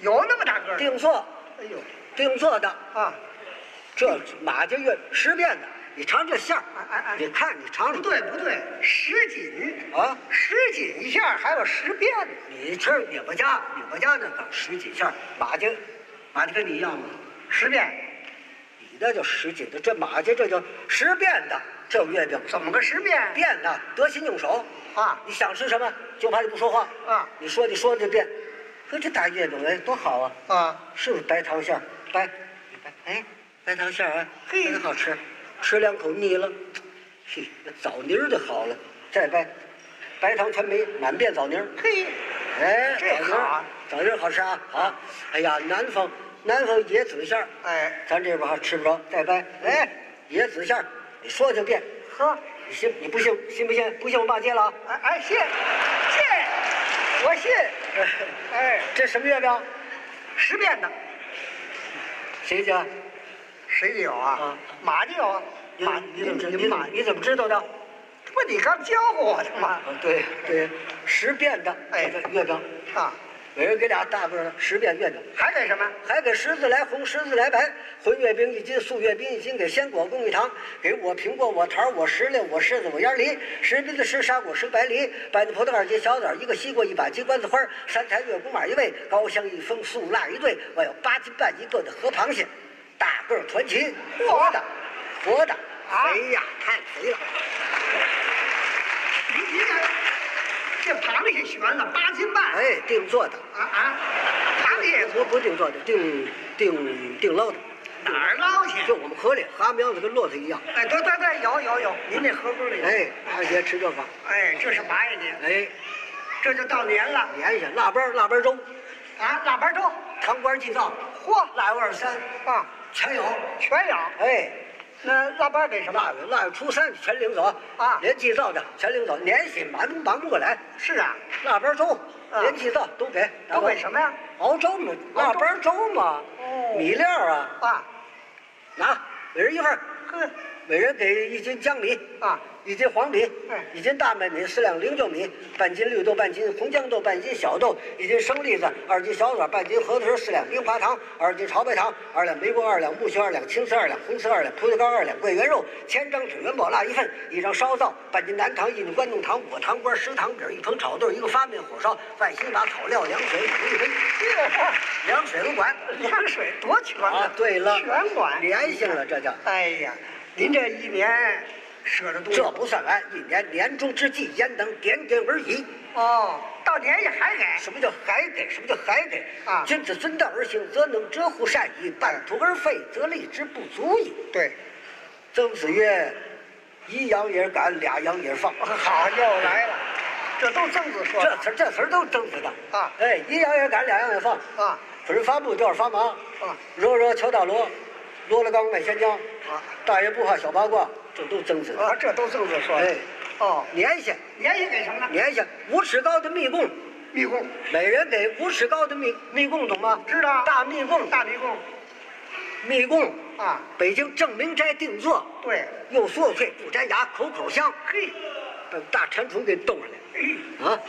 Speaker 12: 有那么大个儿？定做，哎呦，定做的啊！这马家月十变的，你尝这馅儿，你看你尝
Speaker 13: 不对不对，十斤
Speaker 12: 啊，
Speaker 13: 十斤一下还有十变呢。
Speaker 12: 你吃你们家你们家那个十几馅儿马家，马家跟你一样吗？十变，你那叫十几的，这马家这叫十变的这种月饼，怎么个十变？变的，得心应手啊！你想吃什么，就怕你不说话啊！你说你说就变，呵，这大月饼哎，多好啊！啊，是不是白糖馅儿？白，白哎，白糖馅儿啊，真好吃，吃两口腻了，嘿，那 枣泥儿就好了，再掰，白糖全没，满遍枣泥儿。嘿，哎，
Speaker 13: 这
Speaker 12: 枣泥
Speaker 13: 好
Speaker 12: 儿
Speaker 13: 啊
Speaker 12: 枣仁好吃啊！好，哎呀，南方南方野子馅儿，哎，咱这边还吃不着，再掰，哎，野子馅儿，你说就变，呵，你信你不信？信不信？不信我骂街了啊！哎哎，信，信，我 信。哎，这什么月饼？十变的。谁家？谁家有啊？马家有啊。你你怎么知？你马你怎么知道的？这不你刚教我的吗？对对，十变的，哎，这月饼啊，每人给俩大个儿的十变月饼，还给什么？还给十字来红，十字来白，混月饼一斤，素月饼一斤，给鲜果供一糖，给我苹果，我桃儿，我石榴，我柿子，我鸭梨，石鼻子，石沙果，石白梨，白的葡萄二斤，小枣一个，西瓜一把，鸡冠子花儿，三台月宫马一位，高香一封，素辣一对，我有八斤半一个的河螃蟹，大个儿团旗，活的，活的，哎呀，太肥了。
Speaker 13: 你你看，这螃蟹悬了八斤半，
Speaker 12: 哎，定做的
Speaker 13: 啊啊，螃蟹
Speaker 12: 不不定做的，定定定捞的。
Speaker 13: 哪儿捞去？
Speaker 12: 就我们河里，蛤蟆子跟骆驼一样。
Speaker 13: 哎，对对对，有有有，您这河沟里有。
Speaker 12: 哎，八节吃这个。
Speaker 13: 哎，这是八月节，
Speaker 12: 哎，
Speaker 13: 这就到年了。
Speaker 12: 年下腊八儿腊八儿粥，
Speaker 13: 啊，腊八粥，
Speaker 12: 糖官祭灶，
Speaker 13: 嚯，
Speaker 12: 腊月二十三
Speaker 13: 啊，
Speaker 12: 全有。
Speaker 13: 全有。
Speaker 12: 哎，
Speaker 13: 那腊八给什么？
Speaker 12: 腊月腊月初三全领走啊，连祭灶的全领走，年喜忙忙不过来。
Speaker 13: 是啊，
Speaker 12: 腊八粥、连祭灶都给，
Speaker 13: 都给什么呀？
Speaker 12: 熬粥嘛，腊八粥嘛，米料啊，
Speaker 13: 啊，
Speaker 12: 拿每人一份儿。
Speaker 13: 呵，
Speaker 12: 每人给一斤江米
Speaker 13: 啊，
Speaker 12: 一斤黄米
Speaker 13: 哎，
Speaker 12: 一斤大麦米，四两零酒米，半斤绿豆，半斤红豇豆，半斤小豆，一斤生栗子，二斤小枣，半斤核桃，四两冰花糖，二斤潮白糖，二两梅果，二两木须，二两青丝，二两红丝，二两葡萄干，二两桂圆肉，千张纸元宝蜡一份，一张烧灶，半斤南糖，一斤关东糖，五个糖瓜，十糖饼，一盆炒豆，一个发面火烧，外新把草料，凉水煮一杯，凉水都管，
Speaker 13: 凉水多全
Speaker 12: 啊
Speaker 13: 啊！
Speaker 12: 对了
Speaker 13: 全管
Speaker 12: 联系了这叫
Speaker 13: 哎呀，您这一年舍得多，
Speaker 12: 这不算完，一年年终之际，焉能点点而已？
Speaker 13: 哦，到年也还给。
Speaker 12: 什么叫还给？什么叫还给？
Speaker 13: 啊
Speaker 12: 君子遵道而行，则能折乎善矣；半途而废，则立之不足矣。
Speaker 13: 对，
Speaker 12: 曾子曰：“一羊也赶，俩羊也放。”
Speaker 13: 好，又来了，这都曾子说
Speaker 12: 这
Speaker 13: 的。
Speaker 12: 词儿这词儿都是曾子的
Speaker 13: 啊
Speaker 12: 哎，一羊也赶，俩羊也放
Speaker 13: 啊。
Speaker 12: 可是发布就是发忙
Speaker 13: 啊，
Speaker 12: 揉揉敲大锣，罗了缸卖鲜姜
Speaker 13: 啊，
Speaker 12: 大爷不怕小八卦，这都曾子的。
Speaker 13: 啊，这都曾子说的
Speaker 12: 哎。
Speaker 13: 哦，
Speaker 12: 年下
Speaker 13: 年也给什么呢？
Speaker 12: 年下五尺高的密供，
Speaker 13: 密供，
Speaker 12: 每人给五尺高的密密供，懂吗？
Speaker 13: 知道
Speaker 12: 大密供，
Speaker 13: 大迷供
Speaker 12: 密供，
Speaker 13: 啊，
Speaker 12: 北京正明斋定做，
Speaker 13: 对，
Speaker 12: 又酥又脆，不粘牙，口口香。
Speaker 13: 嘿，
Speaker 12: 把大馋虫给冻上来了啊！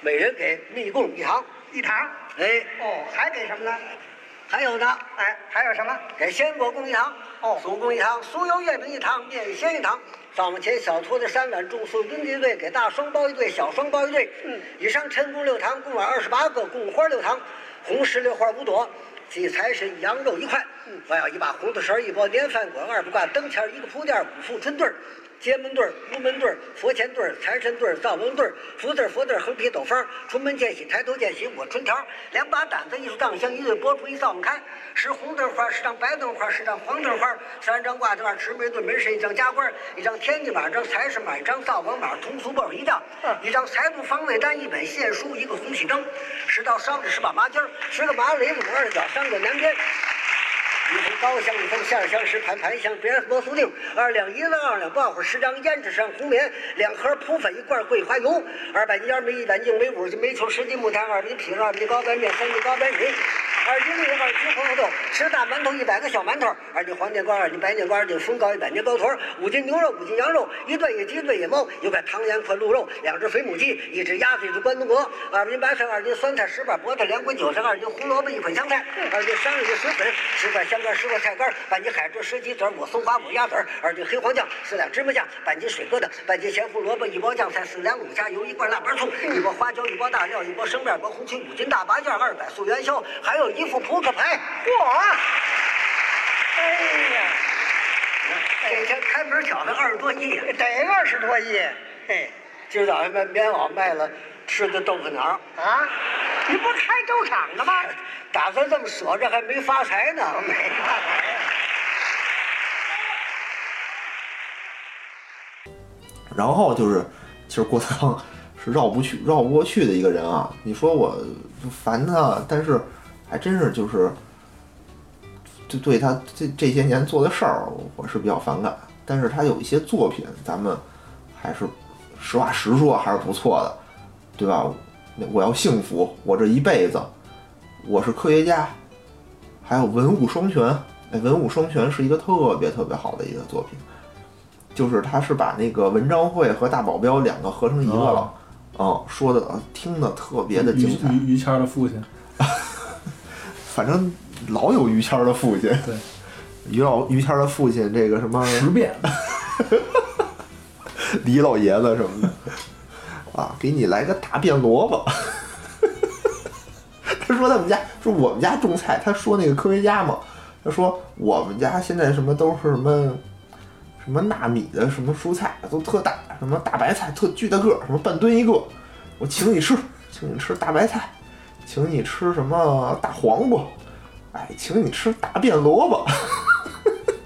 Speaker 12: 每人给密供一堂，
Speaker 13: 一堂。
Speaker 12: 哎，
Speaker 13: 哦，还给什么呢？
Speaker 12: 还有呢，
Speaker 13: 哎，还有什么？
Speaker 12: 给鲜果供一堂，
Speaker 13: 哦
Speaker 12: 酥供一堂，酥油月饼一堂，面鲜一堂。灶门前小托的三碗重塑冰一对，给大双包一对，小双包一对。嗯，以上抻供六堂，供碗二十八个，供花六堂，红石榴花五朵，祭财神羊肉一块。嗯，我要一把红豆绳，一包年饭果，二不挂灯钱，一个铺垫，五副春对儿街门对儿、屋门对儿、佛前对儿、财神对儿、灶王对儿、福字儿、佛字儿、横批斗方儿，出门见喜，抬头见喜，我春条儿，两把掸子，一束藏香，一对拨烛，一灶王开，十红灯花，十张白灯花，十张黄灯花，三张挂画，十枚对门神，一张家官，一张天地马，一张财神马，一张灶王马，通俗报一张，一张财路方位单，一本线书，一个红喜灯，十道烧纸，十把麻筋儿，十个麻雷子鼓，二十角三个南边。一封高香，一封下香，十盘盘香，别人摩苏令，二两银子，二两爆火，十张胭脂上红棉，两盒扑粉，一罐桂花油，二百斤烟梅，一碗净梅，五十斤煤球，十斤木炭，二斤痞子，二斤高白面，三斤高白水，二斤绿，二斤红豆，十大馒头，一百个小馒头，二斤黄面瓜，二斤白面瓜，二斤风糕，一百年糕团，五斤牛肉，五斤羊肉，一对野鸡，一对野猫，有块唐羊，块鹿肉，两只肥母鸡，一只鸭子，一只关东鹅，二斤白菜，二斤酸菜，十瓣菠菜，两捆韭菜，二斤胡萝卜，一捆香菜，二斤山药，十粉，十块香干，十块菜干，半斤海蜇，十鸡子儿，我松花，我鸭子儿，二斤黑黄酱，四两芝麻酱，半斤水疙瘩，半斤咸胡萝卜，一包酱菜，四两五虾油，一罐腊八醋，一包花椒，一包大料，一包生面，一包红曲，五斤大八件，二百素元宵，还有一副扑克牌。嚯！哎呀，这天开门挑的二十多亿，得二十多亿。嘿，今儿早上卖棉袄卖了，吃的豆腐脑啊，你不开粥厂的吗？打算这么舍着，还没发财呢。没发财。
Speaker 3: 然后就是，其实郭德纲 是绕不去、绕不过去的一个人啊。你说我烦他，啊但是还真是就是，就对他这这些年做的事儿，我是比较反感。但是他有一些作品，咱们还是实话实说，还是不错的，对吧？那我要幸福，我这一辈子，我是科学家，还有文武双全。哎，文武双全是一个特别特别好的一个作品。就是他是把那个文章会和大保镖两个合成一个了，嗯，说的呃听的特别的精彩。
Speaker 2: 于于谦儿的父亲，
Speaker 3: 反正老有于谦儿的父亲，
Speaker 2: 对，
Speaker 3: 于老于谦儿的父亲这个什么十
Speaker 2: 变，
Speaker 3: 李老爷子什么的，啊，给你来个大变萝卜。 他说他们家说我们家种菜，他说那个科学家嘛，他说我们家现在什么都是什么什么纳米的什么蔬菜都特大，什么大白菜特巨大个儿，什么半吨一个，我请你吃，请你吃大白菜，请你吃什么大黄瓜，哎，请你吃大变萝卜。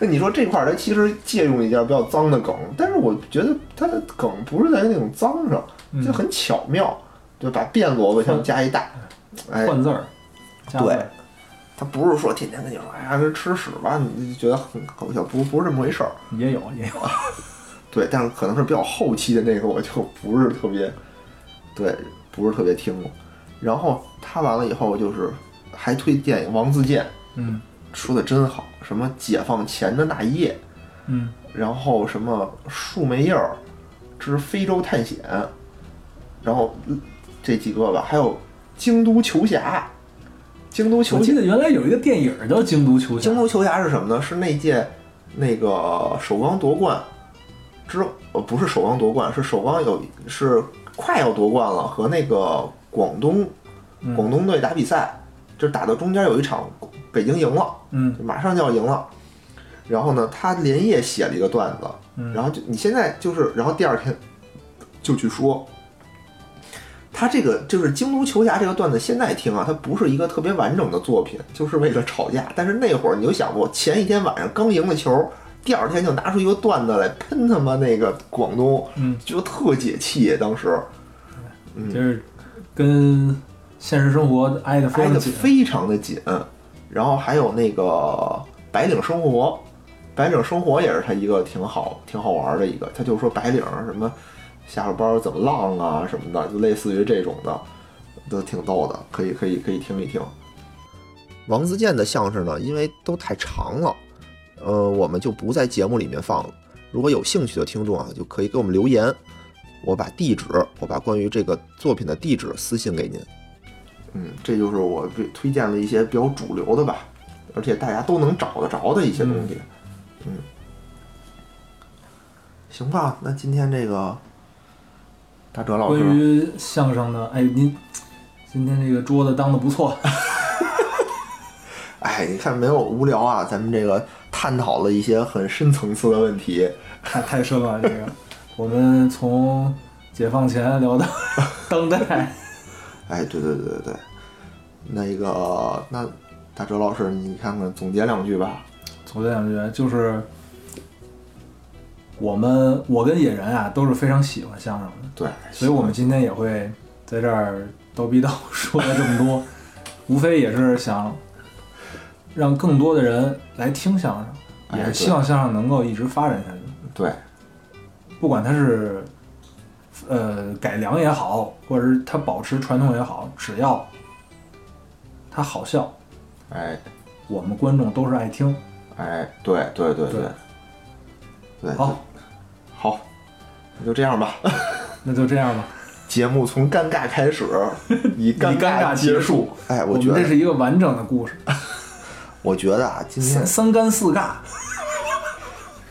Speaker 3: 那你说这块儿，它其实借用一下比较脏的梗，但是我觉得它的梗不是在那种脏上，就很巧妙，就把变萝卜像加一大，哎，
Speaker 2: 换字儿，加字
Speaker 3: 对
Speaker 2: 儿，
Speaker 3: 他不是说天天跟你说，哎呀，这吃屎吧，你就觉得很搞笑，不不是这么回事儿。
Speaker 2: 也有也有，啊
Speaker 3: 对，但是可能是比较后期的那个，我就不是特别，对，不是特别听过。然后他完了以后，就是还推荐王自健，
Speaker 2: 嗯
Speaker 3: 说的真好，什么解放前的那一夜，
Speaker 2: 嗯，
Speaker 3: 然后什么树莓叶儿之非洲探险，然后嗯这几个吧，还有京都球侠，京都球
Speaker 2: 我记得原来有一个电影叫《京都球侠》，
Speaker 3: 京都球侠是什么呢？是那届那个首钢夺冠之，呃，不是首钢夺冠，是首钢有是快要夺冠了，和那个广东
Speaker 2: 嗯
Speaker 3: 广东队打比赛，就是打到中间有一场北京赢了，
Speaker 2: 嗯
Speaker 3: 就马上就要赢了。然后呢，他连夜写了一个段子，
Speaker 2: 嗯
Speaker 3: 然后就你现在就是，然后第二天就去说。他这个就是《京都球侠》这个段子，现在听啊，它不是一个特别完整的作品，就是为了吵架。但是那会儿你就想过，前一天晚上刚赢了球，第二天就拿出一个段子来喷他妈那个广东，
Speaker 2: 嗯，
Speaker 3: 就特解气。当时嗯
Speaker 2: 就是跟现实生活挨得非
Speaker 3: 挨
Speaker 2: 常
Speaker 3: 得
Speaker 2: 紧，
Speaker 3: 非常的紧。然后还有那个白领生活，白领生活也是他一个挺好、挺好玩的一个。他就说白领什么下了班怎么浪啊什么的，就类似于这种的，都挺逗的，可以可以可以听一听。王自健的相声呢，因为都太长了，呃，我们就不在节目里面放了。如果有兴趣的听众啊，就可以给我们留言，我把地址，我把关于这个作品的地址私信给您。嗯，这就是我推推荐了一些比较主流的吧，而且大家都能找得着的一些东西。嗯行吧，那今天这个大哲老
Speaker 2: 关
Speaker 3: 师，
Speaker 2: 于相声的，哎，您今天这个桌子当的不错，
Speaker 3: 哎，你看没有无聊啊，咱们这个探讨了一些很深层次的问题，
Speaker 2: 太太深了这个。 我们从解放前聊到 当代，
Speaker 3: 哎，对对对对对，那个那大哲老师，你看看总结两句吧。
Speaker 2: 总结两句就是，我们我跟野人啊都是非常喜欢相声的，
Speaker 3: 对，
Speaker 2: 所以我们今天也会在这儿叨逼叨 说了这么多，无非也是想让更多的人来听相声，
Speaker 3: 哎
Speaker 2: 也是
Speaker 3: 对
Speaker 2: 希望相声能够一直发展下去。
Speaker 3: 对，
Speaker 2: 不管它是呃改良也好，或者是它保持传统也好，只要它好笑，
Speaker 3: 哎，
Speaker 2: 我们观众都是爱听。
Speaker 3: 哎，对对对对，对，好，好，那就这样吧，
Speaker 2: 那就这样吧。
Speaker 3: 节目从尴尬 开始，以
Speaker 2: 以尴尬
Speaker 3: 结
Speaker 2: 结束。
Speaker 3: 哎，
Speaker 2: 我
Speaker 3: 觉
Speaker 2: 们
Speaker 3: 得
Speaker 2: 这是一个完整的故事，
Speaker 3: 我觉得啊，今天
Speaker 2: 三三干四尬。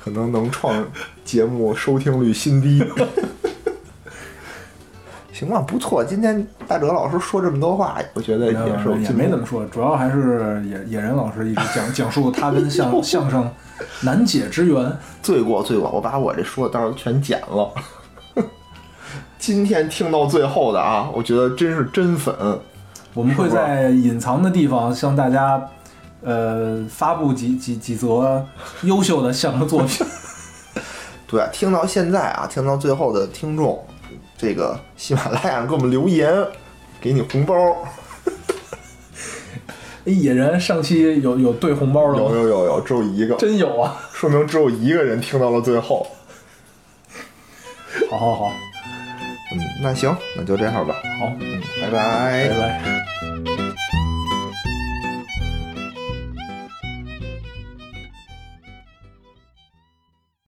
Speaker 3: 可能能创节目收听率新低。行吧，不错，今天大哲老师说这么多话，我觉
Speaker 2: 没
Speaker 3: 得也
Speaker 2: 有没
Speaker 3: 是
Speaker 2: 有
Speaker 3: 有
Speaker 2: 也
Speaker 3: 进步
Speaker 2: 没怎么说，主要还是野野人老师一直讲讲述他跟 相相声难解之缘。
Speaker 3: 罪过罪过，我把我这说的到时候全剪了。 今天听到最后的啊，我觉得真是真粉。
Speaker 2: 我们会在隐藏的地方向大家，呃，发布几几几则优秀的相声作 品。
Speaker 3: 对，听到现在啊，听到最后的听众，这个喜马拉雅给我们留言，给你红包。
Speaker 2: 哎，野人上期有有兑红包的
Speaker 3: 有
Speaker 2: 吗？
Speaker 3: 有有有，只有一个，
Speaker 2: 真有啊！
Speaker 3: 说明只有一个人听到了最后。
Speaker 2: 好好好，
Speaker 3: 嗯，那行，那就这样吧。
Speaker 2: 好，
Speaker 3: 嗯，拜拜，
Speaker 2: 拜拜。